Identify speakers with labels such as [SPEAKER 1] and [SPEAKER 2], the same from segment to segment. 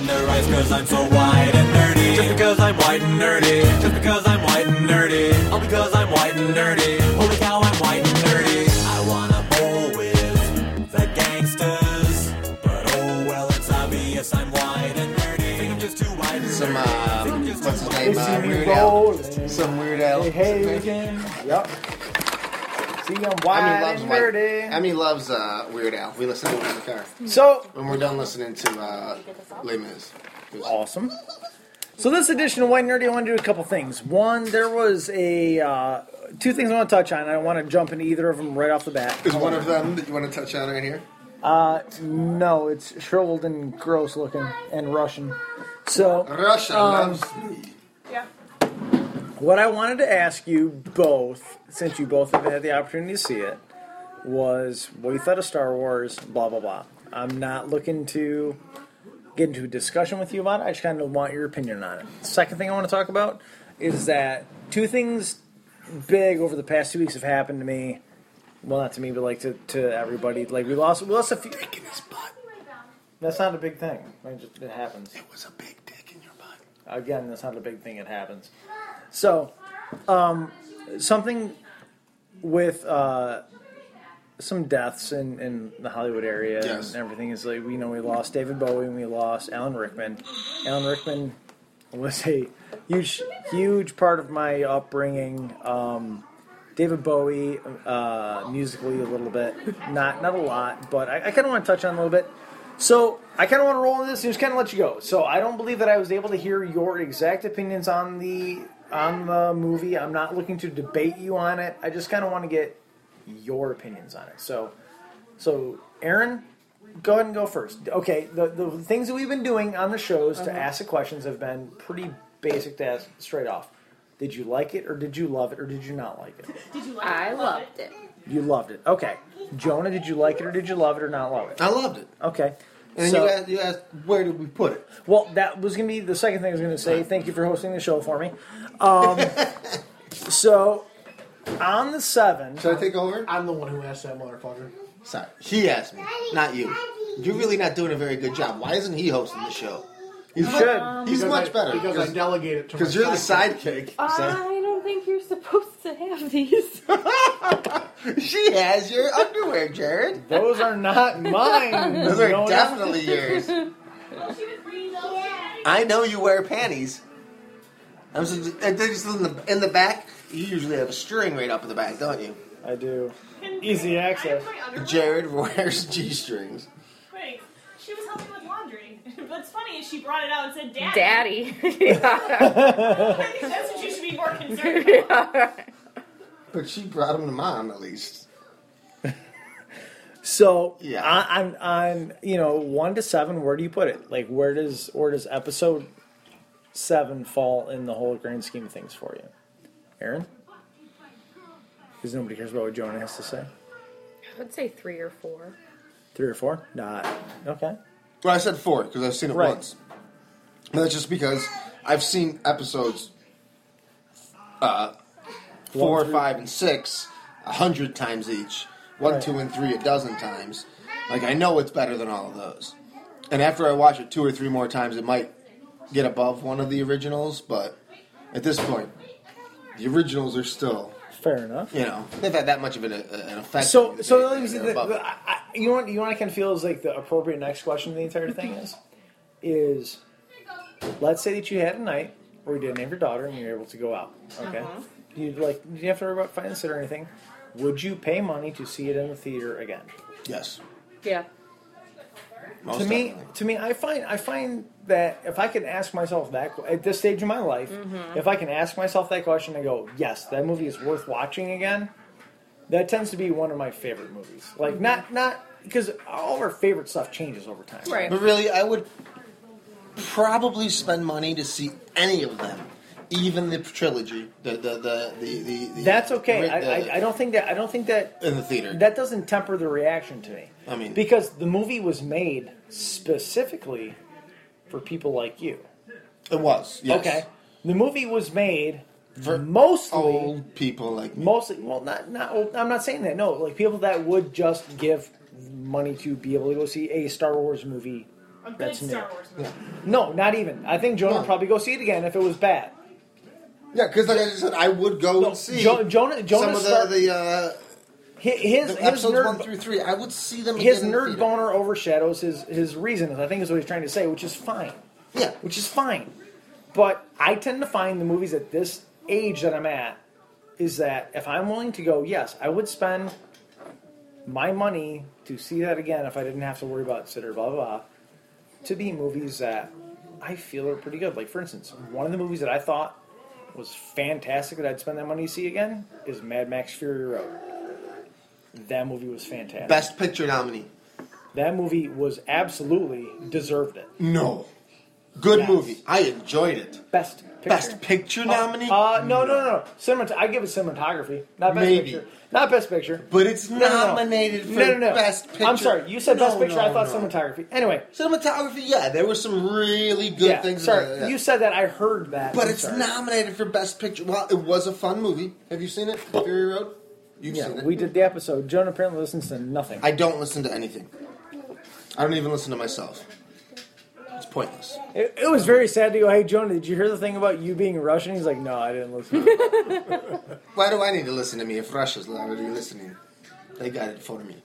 [SPEAKER 1] because I'm so white and nerdy. Just because I'm white and nerdy. Just because I'm white and nerdy. All because I'm white and nerdy. Holy cow, I'm white and nerdy. I wanna bowl with the gangsters. But oh well, it's obvious I'm white and nerdy. Think I'm just too white and
[SPEAKER 2] Some,
[SPEAKER 1] nerdy.
[SPEAKER 2] uh,
[SPEAKER 1] Think I'm just
[SPEAKER 2] what's
[SPEAKER 1] too
[SPEAKER 2] his
[SPEAKER 1] white
[SPEAKER 2] name?
[SPEAKER 1] and
[SPEAKER 2] Uh,
[SPEAKER 1] nerdy.
[SPEAKER 2] Weird
[SPEAKER 3] roll.
[SPEAKER 2] Al. Some Weird Al.
[SPEAKER 3] Hey, hey again. Yep. See, I'm
[SPEAKER 2] I
[SPEAKER 3] wide
[SPEAKER 2] mean, loves
[SPEAKER 3] and
[SPEAKER 2] White-
[SPEAKER 3] nerdy.
[SPEAKER 2] I mean, loves uh, Weird Al. We listen to him in the car
[SPEAKER 3] so
[SPEAKER 2] when we're done listening to uh, Les Mis.
[SPEAKER 3] awesome. So this edition of White Nerdy, I want to do a couple things. One, there was a uh, two things I want to touch on. I don't want to jump into either of them right off the bat.
[SPEAKER 2] Is one of them that you want to touch on right here?
[SPEAKER 3] Uh, no, it's shriveled and gross looking and Russian. So
[SPEAKER 2] Russia
[SPEAKER 3] Um,
[SPEAKER 2] loves me.
[SPEAKER 3] What I wanted to ask you both, since you both have had the opportunity to see it, was what you thought of Star Wars, blah, blah, blah. I'm not looking to get into a discussion with you about it. I just kind of want your opinion on it. Second thing I want to talk about is that two things big over the past two weeks have happened to me. Well, not to me, but like to, to everybody. Like we lost, we lost a few. That's not a big thing. It just it happens.
[SPEAKER 2] It was a big dick in your butt.
[SPEAKER 3] Again, that's not a big thing. It happens. So, um, something with uh, some deaths in, in the Hollywood area
[SPEAKER 2] Yes.
[SPEAKER 3] and everything is like we know we lost David Bowie and we lost Alan Rickman. Alan Rickman was a huge huge part of my upbringing. Um, David Bowie uh, musically a little bit, not not a lot, but I, I kind of want to touch on a little bit. So I kind of want to roll into this and just kind of let you go. So I don't believe that I was able to hear your exact opinions on the on the movie. I'm not looking to debate you on it. I just kind of want to get your opinions on it. So, so Aaron, go ahead and go first. Okay, the the things that we've been doing on the shows to ask the questions have been pretty basic to ask straight off. Did you like it, or did you love it, or did you not like it?
[SPEAKER 4] I loved it.
[SPEAKER 3] You loved it. Okay, Jonah, did you like it, or did you love it, or not love it?
[SPEAKER 2] I loved it.
[SPEAKER 3] Okay.
[SPEAKER 2] And
[SPEAKER 3] so,
[SPEAKER 2] you, asked, you asked, where did we put it?
[SPEAKER 3] well, that was going to be the second thing I was going to say. Thank you for hosting the show for me. Um, so, on the seven,
[SPEAKER 2] Should I take over?
[SPEAKER 5] I'm the one who asked that motherfucker.
[SPEAKER 2] Sorry, he asked me, not you. You're really not doing a very good job. Why isn't he hosting the show? He's
[SPEAKER 3] You should.
[SPEAKER 2] He's
[SPEAKER 5] Because
[SPEAKER 2] much
[SPEAKER 5] I-
[SPEAKER 2] better
[SPEAKER 5] because I delegate it to
[SPEAKER 2] because
[SPEAKER 5] my
[SPEAKER 2] you're the sidekick. so-
[SPEAKER 4] I don't think you're supposed to have these.
[SPEAKER 2] She has your underwear, Jared.
[SPEAKER 3] those are not mine.
[SPEAKER 2] Those are
[SPEAKER 3] Jonah.
[SPEAKER 2] definitely yours. I know you wear panties. I'm just, they're just in the in the back. You usually have a string right up in the back, don't you?
[SPEAKER 3] I do. Easy access.
[SPEAKER 2] Jared wears g-strings.
[SPEAKER 6] Wait, she was helping with laundry. What's funny is she brought it out and said, "Daddy."
[SPEAKER 4] Daddy.
[SPEAKER 6] I think that's what you should be more concerned about.
[SPEAKER 2] But she brought him to mom at least.
[SPEAKER 3] So
[SPEAKER 2] Yeah.
[SPEAKER 3] on, on on you know one to seven, where do you put it? Like where does where does episode seven fall in the whole grand scheme of things for you, Aaron? Because nobody cares about what Jonah has to say.
[SPEAKER 4] I would say three or four.
[SPEAKER 3] Three or four? Not okay.
[SPEAKER 2] Well, I said four because I've seen it
[SPEAKER 3] Right.
[SPEAKER 2] once. But that's just because I've seen episodes uh, four,
[SPEAKER 3] One through-
[SPEAKER 2] five, and six a hundred times each. One,
[SPEAKER 3] Right.
[SPEAKER 2] two, and three a dozen times. Like I know it's better than all of those. And after I watch it two or three more times, it might get above one of the originals. But at this point, the originals are still,
[SPEAKER 3] Fair enough.
[SPEAKER 2] you know, they've had that much of an, uh, an effect.
[SPEAKER 3] So so
[SPEAKER 2] They're-
[SPEAKER 3] let me see.
[SPEAKER 2] they're
[SPEAKER 3] The,
[SPEAKER 2] above it.
[SPEAKER 3] the, I, I, you know what you want to kind of feel is like the appropriate next question. of The entire thing is is let's say that you had a night where you didn't have your daughter and you're able to go out. Okay. You'd like you have to worry about finance it or anything. Would you pay money to see it in the theater again?
[SPEAKER 2] yes.
[SPEAKER 4] Yeah.
[SPEAKER 2] Most
[SPEAKER 3] to me,
[SPEAKER 2] definitely.
[SPEAKER 3] to me, I find I find that if I can ask myself that que- at this stage of my life, if I can ask myself that question and go, yes, that movie is worth watching again, that tends to be one of my favorite movies. Like not not because all our favorite stuff changes over time.
[SPEAKER 4] Right.
[SPEAKER 2] But really, I would probably spend money to see any of them, even the trilogy. The the the the, the, the
[SPEAKER 3] That's okay.
[SPEAKER 2] the-
[SPEAKER 3] I, I, I don't think that I don't think that
[SPEAKER 2] in the theater.
[SPEAKER 3] that doesn't temper the reaction to me.
[SPEAKER 2] I mean-
[SPEAKER 3] because the movie was made specifically for people like you.
[SPEAKER 2] it was yes.
[SPEAKER 3] Okay, the movie was made
[SPEAKER 2] For
[SPEAKER 3] mostly
[SPEAKER 2] old people like me.
[SPEAKER 3] mostly well not not i'm not saying that no like people that would just give money to be able to go see a star wars movie
[SPEAKER 6] A good
[SPEAKER 3] That's new.
[SPEAKER 6] Star Wars movie.
[SPEAKER 3] No, not even. I think Jonah
[SPEAKER 2] No.
[SPEAKER 3] would probably go see it again if it was bad.
[SPEAKER 2] Yeah, because like I just said, I would go and see
[SPEAKER 3] Jo- Jonah, Jonah
[SPEAKER 2] some of the,
[SPEAKER 3] start-
[SPEAKER 2] the, uh,
[SPEAKER 3] hi- his,
[SPEAKER 2] the
[SPEAKER 3] his
[SPEAKER 2] episodes
[SPEAKER 3] nerd,
[SPEAKER 2] one through three. I would see them.
[SPEAKER 3] his
[SPEAKER 2] again in the
[SPEAKER 3] nerd
[SPEAKER 2] theater.
[SPEAKER 3] boner overshadows his his reasons. I think is what he's trying to say, which is fine,
[SPEAKER 2] Yeah,
[SPEAKER 3] which is fine. But I tend to find the movies at this age that I'm at is that if I'm willing to go, yes, I would spend my money to see that again if I didn't have to worry about it, or blah blah blah. To be movies that I feel are pretty good. Like for instance, one of the movies that I thought was fantastic that I'd spend that money to see again is Mad Max Fury Road. That movie was fantastic.
[SPEAKER 2] best picture nominee.
[SPEAKER 3] That movie was absolutely deserved it.
[SPEAKER 2] No, good
[SPEAKER 3] Yes.
[SPEAKER 2] movie. I enjoyed it.
[SPEAKER 3] Best picture.
[SPEAKER 2] Best picture nominee,
[SPEAKER 3] Uh, no, no, no, no. Cinemat- I give it cinematography. Not best
[SPEAKER 2] Maybe.
[SPEAKER 3] picture. Not best picture.
[SPEAKER 2] but it's
[SPEAKER 3] No, no, no.
[SPEAKER 2] nominated for
[SPEAKER 3] no, no, no.
[SPEAKER 2] best picture.
[SPEAKER 3] I'm sorry. You said
[SPEAKER 2] No,
[SPEAKER 3] best picture.
[SPEAKER 2] no,
[SPEAKER 3] I thought
[SPEAKER 2] no.
[SPEAKER 3] cinematography. Anyway.
[SPEAKER 2] Cinematography, yeah, there were some really good
[SPEAKER 3] yeah.
[SPEAKER 2] things. in
[SPEAKER 3] sorry.
[SPEAKER 2] there, yeah.
[SPEAKER 3] You said that. I heard that.
[SPEAKER 2] But
[SPEAKER 3] I'm
[SPEAKER 2] it's
[SPEAKER 3] sorry.
[SPEAKER 2] nominated for Best Picture. Well, it was a fun movie. Have you seen it? Fury Road? You've seen
[SPEAKER 3] Yeah,
[SPEAKER 2] it.
[SPEAKER 3] we did the episode. Joan apparently listens to nothing.
[SPEAKER 2] I don't listen to anything. I don't even listen to myself. It's pointless.
[SPEAKER 3] it, it was very sad to go, hey, Jonah, did you hear the thing about you being Russian? He's like, no, I didn't listen.
[SPEAKER 2] Why do I need to listen to me if Russia's already listening? They got it for me.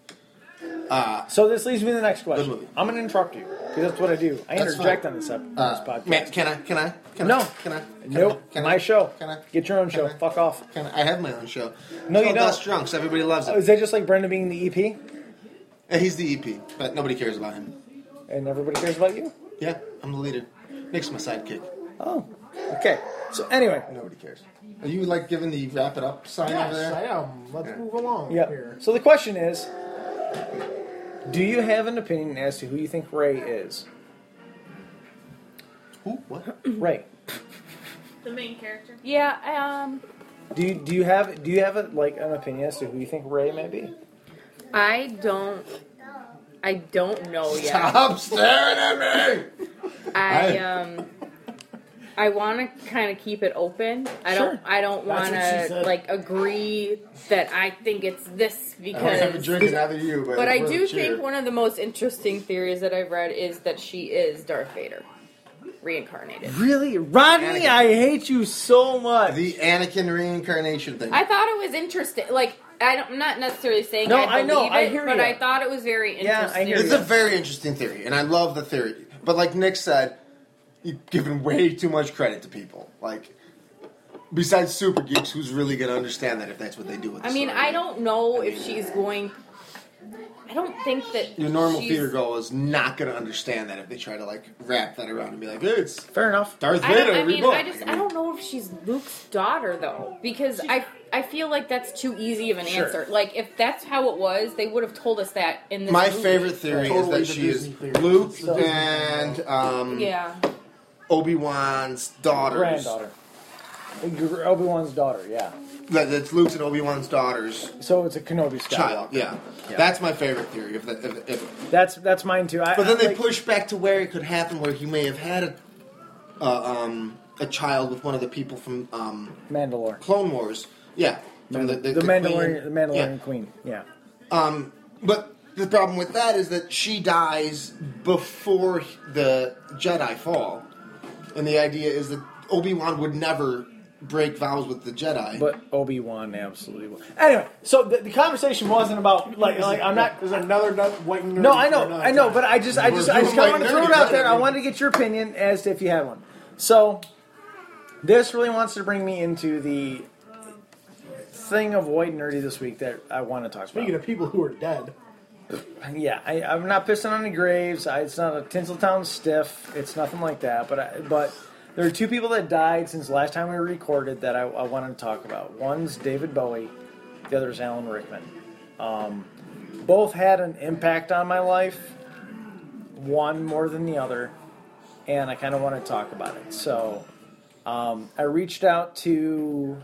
[SPEAKER 3] so this leads me to the next
[SPEAKER 2] Good
[SPEAKER 3] question.
[SPEAKER 2] movie.
[SPEAKER 3] I'm going to interrupt you because that's what I do. I
[SPEAKER 2] That's
[SPEAKER 3] interject
[SPEAKER 2] fine.
[SPEAKER 3] on this, ep- on
[SPEAKER 2] Uh,
[SPEAKER 3] this podcast.
[SPEAKER 2] man, can I? Can I? Can
[SPEAKER 3] No.
[SPEAKER 2] I? Can I? Can
[SPEAKER 3] Nope.
[SPEAKER 2] I? Can
[SPEAKER 3] my
[SPEAKER 2] I?
[SPEAKER 3] show.
[SPEAKER 2] Can I?
[SPEAKER 3] Get your own show.
[SPEAKER 2] Can I?
[SPEAKER 3] Fuck off.
[SPEAKER 2] Can I? I have my own show.
[SPEAKER 3] No,
[SPEAKER 2] It's
[SPEAKER 3] you
[SPEAKER 2] called
[SPEAKER 3] don't.
[SPEAKER 2] Dust Drunks. Everybody loves
[SPEAKER 3] Oh, is
[SPEAKER 2] it.
[SPEAKER 3] that just like Brenda being the E EP
[SPEAKER 2] And Uh, He's the EP, but nobody cares about him.
[SPEAKER 3] and everybody cares about you?
[SPEAKER 2] Yeah, I'm the leader. Nick's my sidekick.
[SPEAKER 3] Oh, okay. So anyway,
[SPEAKER 2] Nobody cares. Are you like giving the wrap it up sign
[SPEAKER 5] Yes,
[SPEAKER 2] over there?
[SPEAKER 5] I am. Let's
[SPEAKER 2] Yeah.
[SPEAKER 5] move along
[SPEAKER 3] yeah.
[SPEAKER 5] here.
[SPEAKER 3] So the question is, do you have an opinion as to who you think Ray is?
[SPEAKER 2] Who? What?
[SPEAKER 3] Ray.
[SPEAKER 6] The main character.
[SPEAKER 4] Yeah, um,
[SPEAKER 3] Do you, do you have do you have a, like an opinion as to who you think Ray may be?
[SPEAKER 4] I don't. I don't know yet.
[SPEAKER 2] Stop staring at me!
[SPEAKER 4] I um. I want to kind of keep it open. I don't.
[SPEAKER 3] Sure.
[SPEAKER 4] I don't
[SPEAKER 5] That's
[SPEAKER 4] want
[SPEAKER 5] what she
[SPEAKER 4] to
[SPEAKER 5] said.
[SPEAKER 4] like agree that I think it's this
[SPEAKER 2] I don't have a
[SPEAKER 4] because.
[SPEAKER 2] drink and neither do you, but,
[SPEAKER 4] But I
[SPEAKER 2] we're
[SPEAKER 4] do
[SPEAKER 2] cheer.
[SPEAKER 4] think one of the most interesting theories that I've read is that she is Darth Vader, reincarnated.
[SPEAKER 3] Really, Rodney?
[SPEAKER 2] Anakin.
[SPEAKER 3] I hate you so much.
[SPEAKER 2] the Anakin reincarnation thing.
[SPEAKER 4] I thought it was interesting. Like I don't, am not necessarily saying
[SPEAKER 3] No,
[SPEAKER 4] I,
[SPEAKER 3] I know,
[SPEAKER 4] believe
[SPEAKER 3] I
[SPEAKER 4] it,
[SPEAKER 3] hear
[SPEAKER 4] but
[SPEAKER 3] ya.
[SPEAKER 4] I thought it was very
[SPEAKER 3] Yeah, I
[SPEAKER 4] interesting.
[SPEAKER 3] hear
[SPEAKER 2] it's
[SPEAKER 3] ya.
[SPEAKER 2] a very interesting theory, and I love the theory. But like Nick said, you're giving way too much credit to people. Like, besides super geeks, who's really going to understand that if that's what they do with? The
[SPEAKER 4] I mean,
[SPEAKER 2] story?
[SPEAKER 4] I don't know if she's going. I don't think that
[SPEAKER 2] Your normal
[SPEAKER 4] she's-
[SPEAKER 2] theater girl is not going to understand that if they try to like wrap that around and be like, hey, "It's
[SPEAKER 3] Fair enough.
[SPEAKER 2] Darth
[SPEAKER 4] I, don't,
[SPEAKER 2] Vader."
[SPEAKER 4] I mean,
[SPEAKER 2] reborn."
[SPEAKER 4] I just
[SPEAKER 2] Like,
[SPEAKER 4] I don't know if she's Luke's daughter though, because I I feel like that's too easy of an
[SPEAKER 3] Sure.
[SPEAKER 4] answer. Like if that's how it was, they would have told us that in this
[SPEAKER 2] My
[SPEAKER 4] movie.
[SPEAKER 2] favorite theory
[SPEAKER 5] Totally
[SPEAKER 2] is
[SPEAKER 5] the
[SPEAKER 2] that she is
[SPEAKER 5] Disney theory.
[SPEAKER 2] Luke
[SPEAKER 5] So-
[SPEAKER 2] and um,
[SPEAKER 4] Yeah,
[SPEAKER 2] Obi Wan's daughters.
[SPEAKER 3] Granddaughter. Obi Wan's daughter. Yeah.
[SPEAKER 2] That, that's Luke's and Obi Wan's daughter's
[SPEAKER 3] So it's a Kenobi Skywalker.
[SPEAKER 2] child. Yeah.
[SPEAKER 3] Yeah.
[SPEAKER 2] that's my favorite theory. If, the, if, if
[SPEAKER 3] That's that's mine too. I,
[SPEAKER 2] but then
[SPEAKER 3] I,
[SPEAKER 2] they
[SPEAKER 3] like-
[SPEAKER 2] push back to where it could happen, where he may have had a uh, um, a child with one of the people from um,
[SPEAKER 3] Mandalore.
[SPEAKER 2] Clone Wars. Yeah, from
[SPEAKER 3] the, Mandalorian, the Mandalorian queen. Yeah.
[SPEAKER 2] Yeah. Um, but the problem with that is that she dies before the Jedi fall, and the idea is that Obi Wan would never break vows with the Jedi.
[SPEAKER 3] But Obi Wan absolutely will. Anyway, so the, the conversation wasn't about like like I'm not.
[SPEAKER 5] There's another nut white nerd.
[SPEAKER 3] No, I know,
[SPEAKER 5] for another
[SPEAKER 3] I know,
[SPEAKER 5] time.
[SPEAKER 3] but I just, I
[SPEAKER 2] We're
[SPEAKER 3] just, I just
[SPEAKER 2] doing
[SPEAKER 3] kind of want
[SPEAKER 2] like
[SPEAKER 3] to throw it
[SPEAKER 2] nerdy,
[SPEAKER 3] out there. I
[SPEAKER 2] right?
[SPEAKER 3] wanted to get your opinion as to if you had one. So, this really wants to bring me into the thing of white nerdy this week that I want to talk about.
[SPEAKER 5] Speaking of people who are dead,
[SPEAKER 3] Yeah, I, I'm not pissing on any graves. I, it's not a Tinseltown stiff. It's nothing like that. But I, but there are two people that died since last time we recorded that I, I wanted to talk about. One's David Bowie, the other's Alan Rickman. Um, both had an impact on my life. One more than the other, and I kind of want to talk about it. So um, I reached out to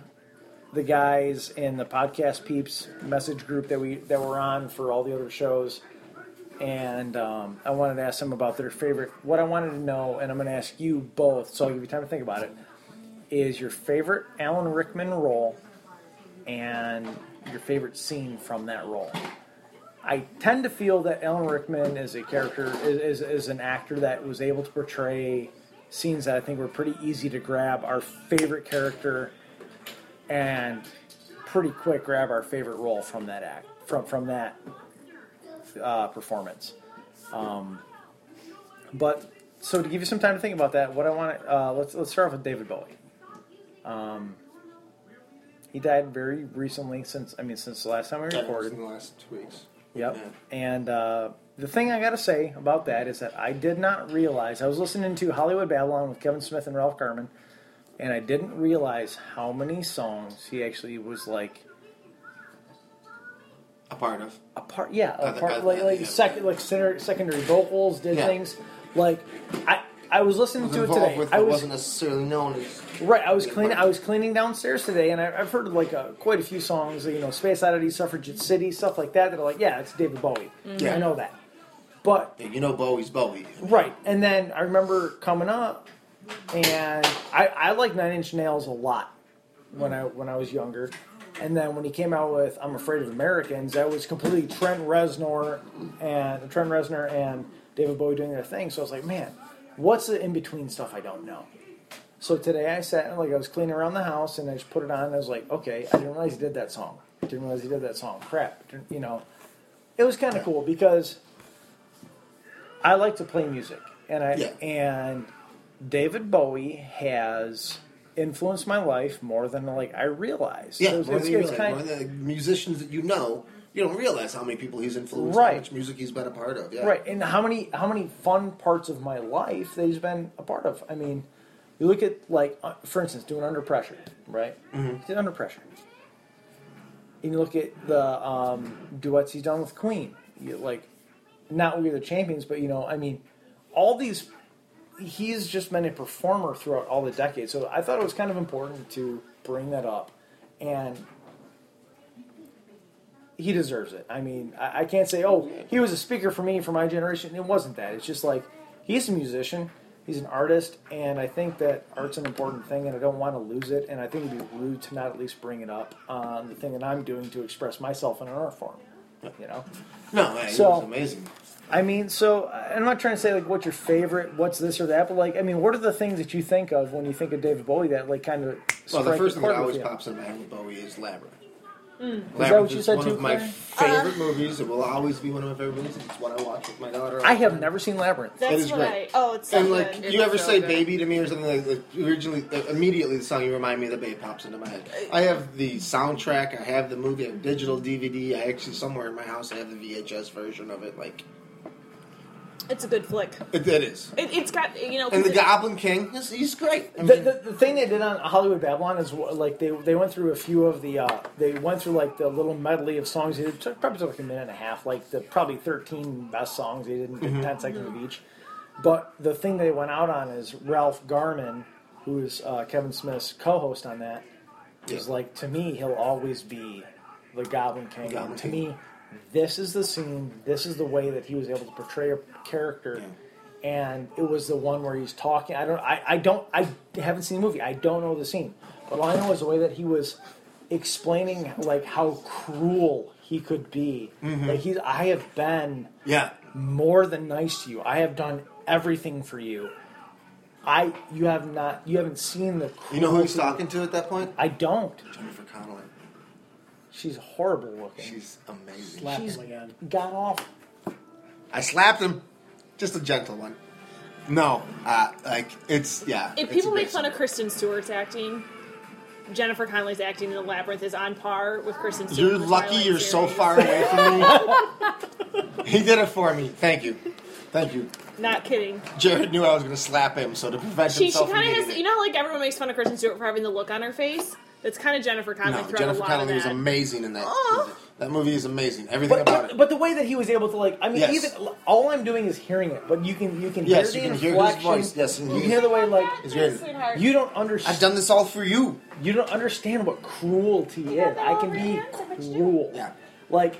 [SPEAKER 3] the guys in the podcast peeps message group that we that we're on for all the other shows and um, i wanted to ask them about their favorite what i wanted to know and i'm going to ask you both so i'll give you time to think about it is your favorite alan rickman role and your favorite scene from that role I tend to feel that Alan Rickman is a character, is, is, is an actor that was able to portray scenes that I think were pretty easy to grab our favorite character and pretty quick grab our favorite role from that act, from, from that uh, performance. Um, but so to give you some time to think about that, what I want to, uh, let's, let's start off with David Bowie. Um, he died very recently since, I mean, since the last time we recorded.
[SPEAKER 2] in the last two weeks.
[SPEAKER 3] Yep. And uh, the thing I got to say about that is that I did not realize I was listening to Hollywood Babylon with Kevin Smith and Ralph Garman, and I didn't realize how many songs he actually was like
[SPEAKER 2] A part of.
[SPEAKER 3] a part. Yeah, a
[SPEAKER 2] Other-
[SPEAKER 3] part
[SPEAKER 2] other-
[SPEAKER 3] like like
[SPEAKER 2] yeah.
[SPEAKER 3] second like center, secondary vocals did
[SPEAKER 2] Yeah.
[SPEAKER 3] things like I. I was listening to it today.
[SPEAKER 2] with
[SPEAKER 3] I
[SPEAKER 2] what
[SPEAKER 3] was
[SPEAKER 2] wasn't necessarily known as.
[SPEAKER 3] Right, I was cleaning. I was cleaning downstairs today, and I, I've heard like uh quite a few songs, you know, "Space Oddity," "Suffragette City," stuff like that. That are like, yeah, it's David Bowie.
[SPEAKER 2] Yeah.
[SPEAKER 3] I know that. But
[SPEAKER 2] Yeah, you know Bowie's Bowie.
[SPEAKER 3] Right, and then I remember coming up, and I, I like Nine Inch Nails a lot when I when I was younger, and then when he came out with I'm Afraid of Americans, that was completely Trent Reznor and Trent Reznor and David Bowie doing their thing. So I was like, man, what's the in between stuff I don't know? So today I sat and like I was cleaning around the house and I just put it on and I was like, okay, I didn't realize he did that song. Didn't realize he did that song. Crap, Didn't- you know. It was kind of cool because I like to play music, and I
[SPEAKER 2] Yeah.
[SPEAKER 3] and David Bowie has influenced my life more than like I realized.
[SPEAKER 2] Yeah,
[SPEAKER 3] It was-
[SPEAKER 2] more
[SPEAKER 3] it's-
[SPEAKER 2] than you
[SPEAKER 3] it's
[SPEAKER 2] realize.
[SPEAKER 3] kind-
[SPEAKER 2] More than the musicians that you know, you don't realize how many people he's influenced,
[SPEAKER 3] Right.
[SPEAKER 2] how much music he's been a part of. Yeah.
[SPEAKER 3] Right, and how many how many fun parts of my life that he's been a part of? I mean, you look at like uh, for instance, doing Under Pressure, right? He did Under Pressure. And you look at the um, duets he's done with Queen. You, like, not we're the champions, but you know, I mean, all these. He's just been a performer throughout all the decades, so I thought it was kind of important to bring that up, and he deserves it. I mean, I, I can't say, oh, he was a speaker for me for my generation. It wasn't that. It's just like he's a musician, he's an artist, and I think that art's an important thing, and I don't want to lose it. And I think it'd be rude to not at least bring it up on the thing that I'm doing to express myself in an art form. You know,
[SPEAKER 2] No, man,
[SPEAKER 3] So-
[SPEAKER 2] he was amazing.
[SPEAKER 3] I mean, so I- I'm not trying to say like what's your favorite, what's this or that, but like, I mean, what are the things that you think of when you think of David Bowie that like kind of
[SPEAKER 2] Well, the
[SPEAKER 3] strike
[SPEAKER 2] first
[SPEAKER 3] a
[SPEAKER 2] thing that
[SPEAKER 3] chord with
[SPEAKER 2] always
[SPEAKER 3] you?
[SPEAKER 2] pops in my head with Bowie is Labyrinth.
[SPEAKER 3] Hmm. Is that what you said
[SPEAKER 2] one
[SPEAKER 3] too,
[SPEAKER 2] of my
[SPEAKER 3] Claire? Uh-huh.
[SPEAKER 2] favorite movies. It will always be one of my favorite movies. It's one I watch with my daughter. all
[SPEAKER 3] I
[SPEAKER 2] the
[SPEAKER 3] have
[SPEAKER 2] time.
[SPEAKER 3] never seen Labyrinth.
[SPEAKER 2] It
[SPEAKER 6] That's
[SPEAKER 2] is
[SPEAKER 6] what
[SPEAKER 2] great.
[SPEAKER 6] I. Oh, it's so
[SPEAKER 2] and like
[SPEAKER 6] good.
[SPEAKER 4] It's
[SPEAKER 2] you ever
[SPEAKER 4] so
[SPEAKER 2] say
[SPEAKER 4] good.
[SPEAKER 2] "baby" to me or something like, like originally, uh, immediately the song you remind me of the babe pops into my head. I have the soundtrack, I have the movie, I have digital DVD. I actually somewhere in my house I have the VHS version of it. Like
[SPEAKER 6] It's a good flick.
[SPEAKER 2] it, it is.
[SPEAKER 6] It, it's got you know.
[SPEAKER 2] And the
[SPEAKER 6] 'cause it-
[SPEAKER 2] Goblin King, he's, he's great. I
[SPEAKER 3] the,
[SPEAKER 2] mean,
[SPEAKER 3] the, the thing they did on Hollywood Babylon is wh- like they they went through a few of the uh, they went through like the little medley of songs. It took probably took like a minute and a half, like the probably thirteen best songs. They didn't
[SPEAKER 2] Mm-hmm.
[SPEAKER 3] get ten seconds of each. But the thing they went out on is Ralph Garman, who is uh, Kevin Smith's co-host on that, is like to me he'll always be the Goblin King. And
[SPEAKER 2] Goblin
[SPEAKER 3] to
[SPEAKER 2] King.
[SPEAKER 3] me, this is the scene. This is the way that he was able to portray a character and it was the one where he's talking. I don't, I, I don't, I haven't seen the movie. I don't know the scene, but all I know is the way that he was explaining like how cruel he could be.
[SPEAKER 2] Mm-hmm.
[SPEAKER 3] Like he's, I have been
[SPEAKER 2] yeah,
[SPEAKER 3] more than nice to you. I have done everything for you. I, you have not, you haven't seen the.
[SPEAKER 2] you know who he's
[SPEAKER 3] cruelty-
[SPEAKER 2] talking to at that point?
[SPEAKER 3] I don't.
[SPEAKER 2] Jennifer Connelly.
[SPEAKER 3] She's horrible looking.
[SPEAKER 2] She's amazing.
[SPEAKER 5] Slap
[SPEAKER 3] She's
[SPEAKER 5] him again.
[SPEAKER 3] got off.
[SPEAKER 2] I slapped him, just a gentle one. No, uh, like it's yeah.
[SPEAKER 6] If
[SPEAKER 2] it's
[SPEAKER 6] people
[SPEAKER 2] a great
[SPEAKER 6] make fun
[SPEAKER 2] song.
[SPEAKER 6] of Kristen Stewart's acting, Jennifer Connelly's acting in The Labyrinth is on par with Kristen Stewart.
[SPEAKER 2] You're
[SPEAKER 6] in the
[SPEAKER 2] lucky
[SPEAKER 6] Twilight
[SPEAKER 2] you're so
[SPEAKER 6] series.
[SPEAKER 2] far away from me. he did it for me. Thank you. Thank you.
[SPEAKER 6] Not kidding.
[SPEAKER 2] Jared knew I was going to slap him, so to prevent
[SPEAKER 6] She, she
[SPEAKER 2] himself
[SPEAKER 6] kind
[SPEAKER 2] from
[SPEAKER 6] of
[SPEAKER 2] getting
[SPEAKER 6] has, you know, like everyone makes fun of Kristen Stewart for having the look on her face. That's kind of Jennifer
[SPEAKER 2] it. no,
[SPEAKER 6] Connelly throughout a
[SPEAKER 2] Jennifer
[SPEAKER 6] lot
[SPEAKER 2] Connelly
[SPEAKER 6] of
[SPEAKER 2] was
[SPEAKER 6] that.
[SPEAKER 2] amazing in that.
[SPEAKER 6] Aw.
[SPEAKER 2] movie. That movie is amazing. Everything
[SPEAKER 3] But,
[SPEAKER 2] about
[SPEAKER 3] but,
[SPEAKER 2] it.
[SPEAKER 3] but the way that he was able to like, I mean,
[SPEAKER 2] Yes.
[SPEAKER 3] even all I'm doing is hearing it, but you can you can
[SPEAKER 2] Yes,
[SPEAKER 3] hear
[SPEAKER 2] you
[SPEAKER 3] the
[SPEAKER 2] can hear his
[SPEAKER 3] inflection.
[SPEAKER 2] voice, yes, and
[SPEAKER 3] you
[SPEAKER 2] you-
[SPEAKER 3] can hear the way like
[SPEAKER 2] It's great.
[SPEAKER 4] Sweetheart.
[SPEAKER 3] you don't
[SPEAKER 2] I've
[SPEAKER 3] understand.
[SPEAKER 2] done this all for you.
[SPEAKER 3] You don't understand what cruelty
[SPEAKER 4] got
[SPEAKER 3] is.
[SPEAKER 4] that
[SPEAKER 3] I
[SPEAKER 4] all
[SPEAKER 3] can
[SPEAKER 4] over
[SPEAKER 3] be
[SPEAKER 4] your hands? How much you-
[SPEAKER 3] cruel.
[SPEAKER 2] Yeah.
[SPEAKER 3] Like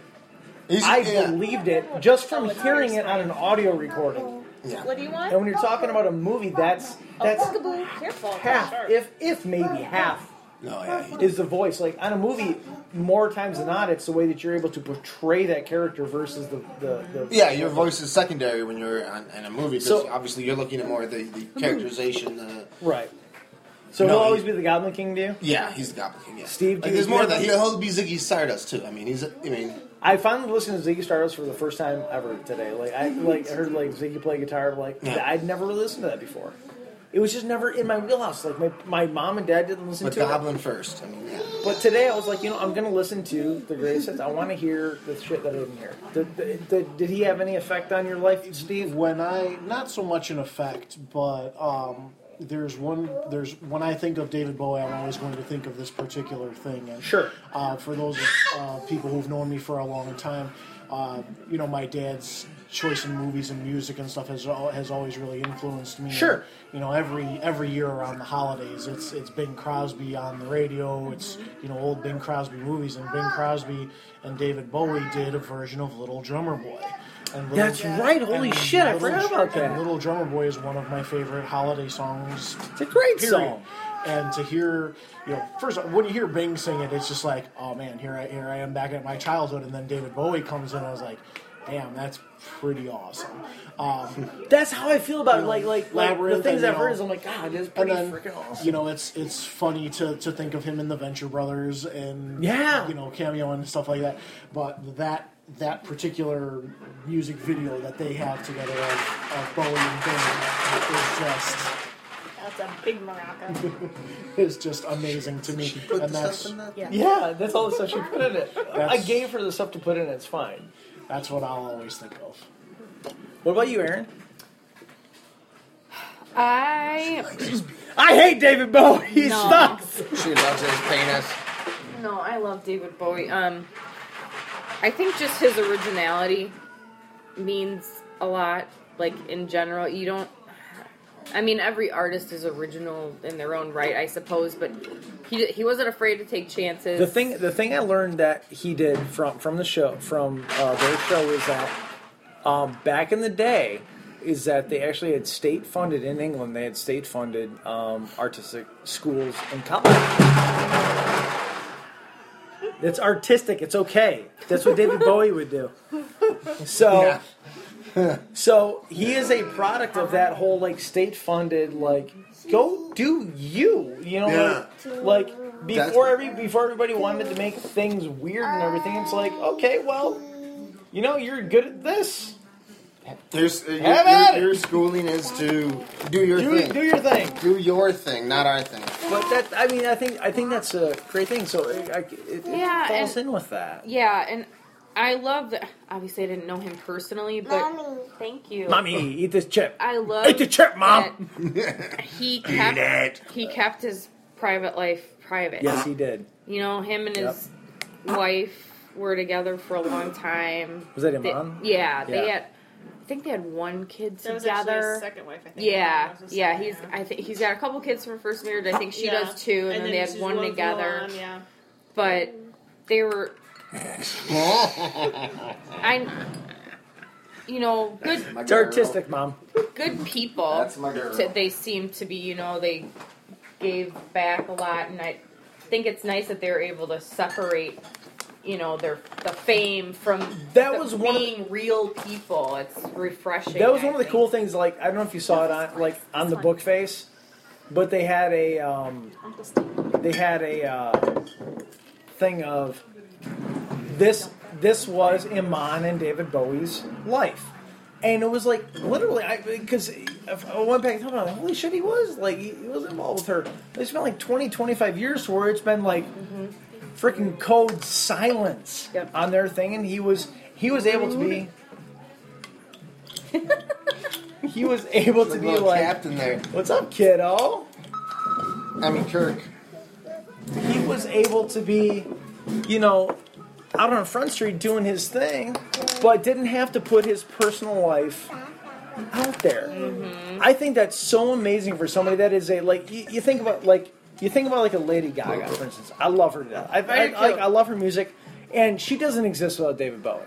[SPEAKER 2] He's,
[SPEAKER 3] I
[SPEAKER 2] yeah.
[SPEAKER 3] believed it just from
[SPEAKER 4] Oh, it's
[SPEAKER 3] hearing it on an audio recording.
[SPEAKER 2] Yeah.
[SPEAKER 4] What do you want?
[SPEAKER 3] And when you're talking about a movie, that's
[SPEAKER 4] A
[SPEAKER 3] that's
[SPEAKER 4] Bugaboo. Careful.
[SPEAKER 3] half, if if maybe half,
[SPEAKER 2] No, yeah. he-
[SPEAKER 3] is the voice. Like on a movie, more times than not, it's the way that you're able to portray that character versus the the, the
[SPEAKER 2] Yeah, your voice is secondary when you're on, in a movie because
[SPEAKER 3] So-
[SPEAKER 2] obviously you're looking at more of the, the characterization. uh, The
[SPEAKER 3] right. So
[SPEAKER 2] No,
[SPEAKER 3] he'll always
[SPEAKER 2] he-
[SPEAKER 3] be the Goblin King to you.
[SPEAKER 2] yeah, he's the Goblin King. Yeah,
[SPEAKER 3] Steve, do
[SPEAKER 2] Like,
[SPEAKER 3] you
[SPEAKER 2] there's more of that.
[SPEAKER 3] remember-
[SPEAKER 2] He'll be Ziggy Stardust too. I mean, he's. a- I mean,
[SPEAKER 3] I finally listened to Ziggy Stardust for the first time ever today. Like I like heard like Ziggy play guitar. Like
[SPEAKER 2] Yeah.
[SPEAKER 3] I'd never really listened to that before. It was just never in my wheelhouse. Like my, my mom and dad didn't listen
[SPEAKER 2] but
[SPEAKER 3] to it.
[SPEAKER 2] Goblin first. I mean, yeah.
[SPEAKER 3] But today I was like, you know, I'm going to listen to the greatest hits. I want to hear the shit that I didn't hear. Did, did, did, did he have any effect on your life, Steve?
[SPEAKER 5] When I not so much an effect, but um, there's one there's when I think of David Bowie, I'm always going to think of this particular thing. And,
[SPEAKER 3] Sure.
[SPEAKER 5] Uh, for those uh, people who've known me for a long time, uh, you know my dad's choice in movies and music and stuff has al- has always really influenced me.
[SPEAKER 3] Sure.
[SPEAKER 5] you know every every year around the holidays, it's it's Bing Crosby on the radio. It's you know old Bing Crosby movies, and Bing Crosby and David Bowie did a version of Little Drummer Boy. And Little-
[SPEAKER 3] That's right. Holy
[SPEAKER 5] and
[SPEAKER 3] shit, I forgot about
[SPEAKER 5] and
[SPEAKER 3] that.
[SPEAKER 5] Little Drummer Boy is one of my favorite holiday songs.
[SPEAKER 3] It's a great
[SPEAKER 5] period.
[SPEAKER 3] song.
[SPEAKER 5] And to hear, you know, first of all, when you hear Bing sing it, it's just like, oh man, here I here I am back at my childhood. And then David Bowie comes in, and I was like, damn, that's pretty awesome. Um,
[SPEAKER 3] That's how I feel about it. Like, like, like the
[SPEAKER 5] Labyrinth
[SPEAKER 3] things
[SPEAKER 5] and,
[SPEAKER 3] I've
[SPEAKER 5] you know,
[SPEAKER 3] heard is I'm like, God, that's
[SPEAKER 5] and
[SPEAKER 3] pretty
[SPEAKER 5] then
[SPEAKER 3] freaking awesome.
[SPEAKER 5] you know, it's it's funny to to think of him in the Venture Brothers and
[SPEAKER 3] Yeah.
[SPEAKER 5] you know, cameo and stuff like that. But that that particular music video that they have together of, of Bowie and Bing is just.
[SPEAKER 6] That's a big maraca.
[SPEAKER 5] is just amazing to me. And that's
[SPEAKER 6] Yeah.
[SPEAKER 3] yeah, that's all the stuff she put in it. I
[SPEAKER 5] That's-
[SPEAKER 3] gave her the stuff to put in. It's fine.
[SPEAKER 5] that's what I'll always think of.
[SPEAKER 3] What about you, Aaron?
[SPEAKER 4] I
[SPEAKER 3] I hate David Bowie. He
[SPEAKER 4] No.
[SPEAKER 3] sucks.
[SPEAKER 2] She loves his penis.
[SPEAKER 4] No, I love David Bowie. Um, I think just his originality means a lot. Like in general, you don't. I mean, every artist is original in their own right, I suppose. But he he wasn't afraid to take chances.
[SPEAKER 3] The thing, the thing I learned that he did from from the show from uh, their show is that um, back in the day is that they actually had state funded in England. They had state funded um, artistic schools and colleges. It's artistic. It's okay. That's what David Bowie would do. So.
[SPEAKER 2] Yeah.
[SPEAKER 3] So he is a product of that whole like state funded like go do you you know like, like before every before everybody wanted to make things weird and everything it's like okay well you know you're good at this
[SPEAKER 2] There's uh, your,
[SPEAKER 3] Have at
[SPEAKER 2] your,
[SPEAKER 3] it.
[SPEAKER 2] your schooling is to do your
[SPEAKER 3] do,
[SPEAKER 2] thing.
[SPEAKER 3] do your thing
[SPEAKER 2] Do your thing, not our thing.
[SPEAKER 3] but that I mean I think I think that's a great thing so it, I, it,
[SPEAKER 4] Yeah,
[SPEAKER 3] it falls
[SPEAKER 4] and-
[SPEAKER 3] in with that
[SPEAKER 4] yeah, and I love that. Obviously, I didn't know him personally, but thank you,
[SPEAKER 3] mommy eat this chip
[SPEAKER 4] I love
[SPEAKER 3] eat the chip mom
[SPEAKER 4] that He kept he kept his private life private.
[SPEAKER 3] yes he did
[SPEAKER 4] You know, him and his wife were together for a long time.
[SPEAKER 3] Was that your
[SPEAKER 4] They-
[SPEAKER 3] mom?
[SPEAKER 4] Yeah, they
[SPEAKER 3] Yeah.
[SPEAKER 4] had. I think they had one kid
[SPEAKER 6] That was actually his
[SPEAKER 4] together.
[SPEAKER 6] second wife, I think.
[SPEAKER 4] Yeah,
[SPEAKER 6] That was his
[SPEAKER 4] yeah.
[SPEAKER 6] second,
[SPEAKER 4] He's. I think he's got a couple kids from first marriage. I think she
[SPEAKER 6] Yeah.
[SPEAKER 4] does too, and, then they
[SPEAKER 6] she's
[SPEAKER 4] had one
[SPEAKER 6] with
[SPEAKER 4] together.
[SPEAKER 6] Milan, yeah.
[SPEAKER 4] But they were. I. You know, good
[SPEAKER 2] My
[SPEAKER 3] it's
[SPEAKER 2] girl.
[SPEAKER 3] artistic mom
[SPEAKER 4] good people.
[SPEAKER 2] That's my girl.
[SPEAKER 4] to- they seem to be, you know, they gave back a lot, and I think it's nice that they're able to separate, you know, their the fame from
[SPEAKER 3] That
[SPEAKER 4] the-
[SPEAKER 3] was one of the-
[SPEAKER 4] being real people. It's refreshing.
[SPEAKER 3] That was
[SPEAKER 4] I
[SPEAKER 3] one of the
[SPEAKER 4] think.
[SPEAKER 3] cool things. Like I don't know if you saw it on like on the book face, but they had a um,
[SPEAKER 6] Uncle Steve.
[SPEAKER 3] they had a uh, thing of this this was Iman and David Bowie's life, and it was like literally I because I went back and thought about it, holy shit he was like he, he was involved with her. It's been like 20, 25 years where it's been like freaking code silence
[SPEAKER 4] Yep.
[SPEAKER 3] on their thing, and he was he was able to be. He was able to
[SPEAKER 2] The
[SPEAKER 3] be
[SPEAKER 2] little
[SPEAKER 3] like,
[SPEAKER 2] captain there.
[SPEAKER 3] "What's up, kiddo?"
[SPEAKER 2] I mean Kirk.
[SPEAKER 3] he was able to be, you know, out on Front Street doing his thing, but didn't have to put his personal life out there. I think that's so amazing for somebody that is a like you, you think about like you think about like a Lady Gaga for instance. I love her to death. I, I,
[SPEAKER 4] Very
[SPEAKER 3] like
[SPEAKER 4] true.
[SPEAKER 3] I love her music, and she doesn't exist without David Bowie.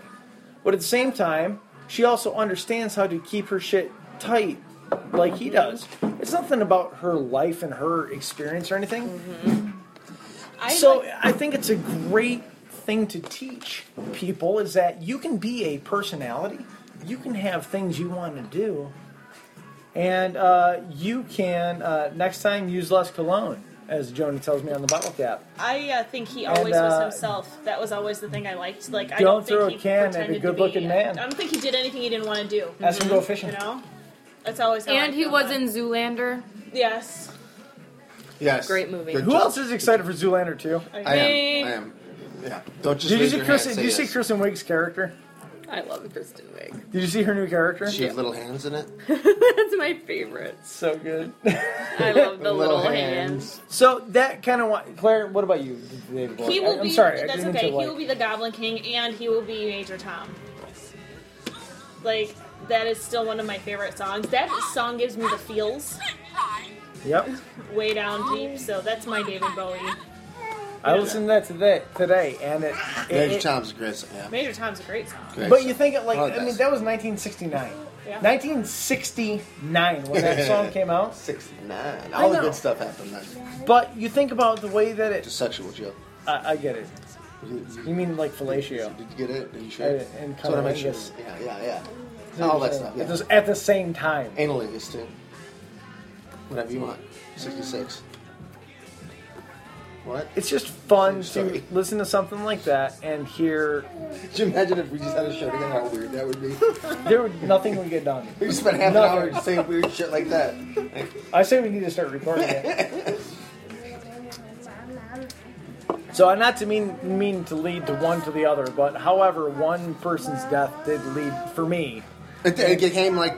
[SPEAKER 3] But at the same time, she also understands how to keep her shit tight like he does. It's nothing about her life and her experience or anything
[SPEAKER 6] I
[SPEAKER 3] so
[SPEAKER 6] like-
[SPEAKER 3] I think it's a great thing to teach people is that you can be a personality, you can have things you want to do, and uh, you can uh, next time use less cologne, as Joni tells me on the bottle cap.
[SPEAKER 6] I uh, think he always
[SPEAKER 3] And,
[SPEAKER 6] was
[SPEAKER 3] uh,
[SPEAKER 6] himself. That was always the thing I liked. Like I
[SPEAKER 3] Don't
[SPEAKER 6] don't
[SPEAKER 3] throw a
[SPEAKER 6] think he
[SPEAKER 3] can at a
[SPEAKER 6] pretended to
[SPEAKER 3] good-looking
[SPEAKER 6] be-
[SPEAKER 3] man. Mm.
[SPEAKER 6] I don't think he did anything he didn't want to do.
[SPEAKER 3] Ask him to go fishing.
[SPEAKER 6] Mm-hmm. You know, that's always. How I
[SPEAKER 4] And he
[SPEAKER 6] feel
[SPEAKER 4] was
[SPEAKER 6] about
[SPEAKER 4] in Zoolander.
[SPEAKER 6] it. Yes.
[SPEAKER 2] Yes.
[SPEAKER 4] Great movie.
[SPEAKER 2] Good
[SPEAKER 3] Who
[SPEAKER 2] job.
[SPEAKER 3] else is excited for Zoolander 2?
[SPEAKER 2] I am. I am. Yeah. Don't just.
[SPEAKER 3] Did you
[SPEAKER 2] raise
[SPEAKER 3] see
[SPEAKER 2] your
[SPEAKER 3] Kristen?
[SPEAKER 2] hand,
[SPEAKER 3] Did
[SPEAKER 2] say
[SPEAKER 3] you see
[SPEAKER 2] yes.
[SPEAKER 3] Kristen Wiig's character?
[SPEAKER 4] I love Kristen Wiig.
[SPEAKER 3] Did you see her new character?
[SPEAKER 2] She has little hands in it.
[SPEAKER 4] That's my favorite.
[SPEAKER 3] So good.
[SPEAKER 4] I love the little, hands.
[SPEAKER 3] so that kind of wa- Claire. What about you, David? Bowie?
[SPEAKER 6] He
[SPEAKER 3] I-
[SPEAKER 6] will
[SPEAKER 3] I'm
[SPEAKER 6] be.
[SPEAKER 3] sorry. I
[SPEAKER 6] that's
[SPEAKER 3] didn't mean
[SPEAKER 6] okay.
[SPEAKER 3] to,
[SPEAKER 6] he
[SPEAKER 3] like-
[SPEAKER 6] will be the Goblin King, and he will be Major Tom. Like that is still one of my favorite songs. That song gives me the feels
[SPEAKER 3] Yep.
[SPEAKER 6] way down deep. So that's my David Bowie.
[SPEAKER 3] I listened to that today, today and it. it-
[SPEAKER 2] Major
[SPEAKER 3] it-
[SPEAKER 2] Tom's a great. Yeah.
[SPEAKER 6] Major Tom's a great song.
[SPEAKER 2] Great
[SPEAKER 3] But
[SPEAKER 2] song.
[SPEAKER 3] you think it like
[SPEAKER 2] Oh,
[SPEAKER 3] I mean
[SPEAKER 2] that's-
[SPEAKER 3] that was 1969.
[SPEAKER 6] Yeah.
[SPEAKER 3] 1969 when that song came out.
[SPEAKER 2] 69.
[SPEAKER 3] I
[SPEAKER 2] All the
[SPEAKER 3] know.
[SPEAKER 2] good stuff happened then.
[SPEAKER 3] But you think about the way that
[SPEAKER 2] It's
[SPEAKER 3] it.
[SPEAKER 2] a sexual joke.
[SPEAKER 3] I, I get it.
[SPEAKER 2] You,
[SPEAKER 3] You mean like fellatio?
[SPEAKER 2] Did you get it? Are you
[SPEAKER 3] I-
[SPEAKER 2] sure?
[SPEAKER 3] and
[SPEAKER 2] That's what I make sure.
[SPEAKER 3] cunnilingus.
[SPEAKER 2] Yeah, yeah, yeah. All that stuff.
[SPEAKER 3] At
[SPEAKER 2] Yeah.
[SPEAKER 3] the- At the same time.
[SPEAKER 2] Analingus too. Whatever you want. 66. What?
[SPEAKER 3] It's just fun to
[SPEAKER 2] Sorry.
[SPEAKER 3] listen to something like that and hear.
[SPEAKER 2] Could you imagine if we just had a show together? How weird that would be.
[SPEAKER 3] There would nothing would get done.
[SPEAKER 2] We spent half an
[SPEAKER 3] Nothing.
[SPEAKER 2] hour just saying weird shit like that.
[SPEAKER 3] I say we need to start recording it. So, uh, not to mean mean to lead to one to the other, but however, one person's death did lead for me.
[SPEAKER 2] It, it became like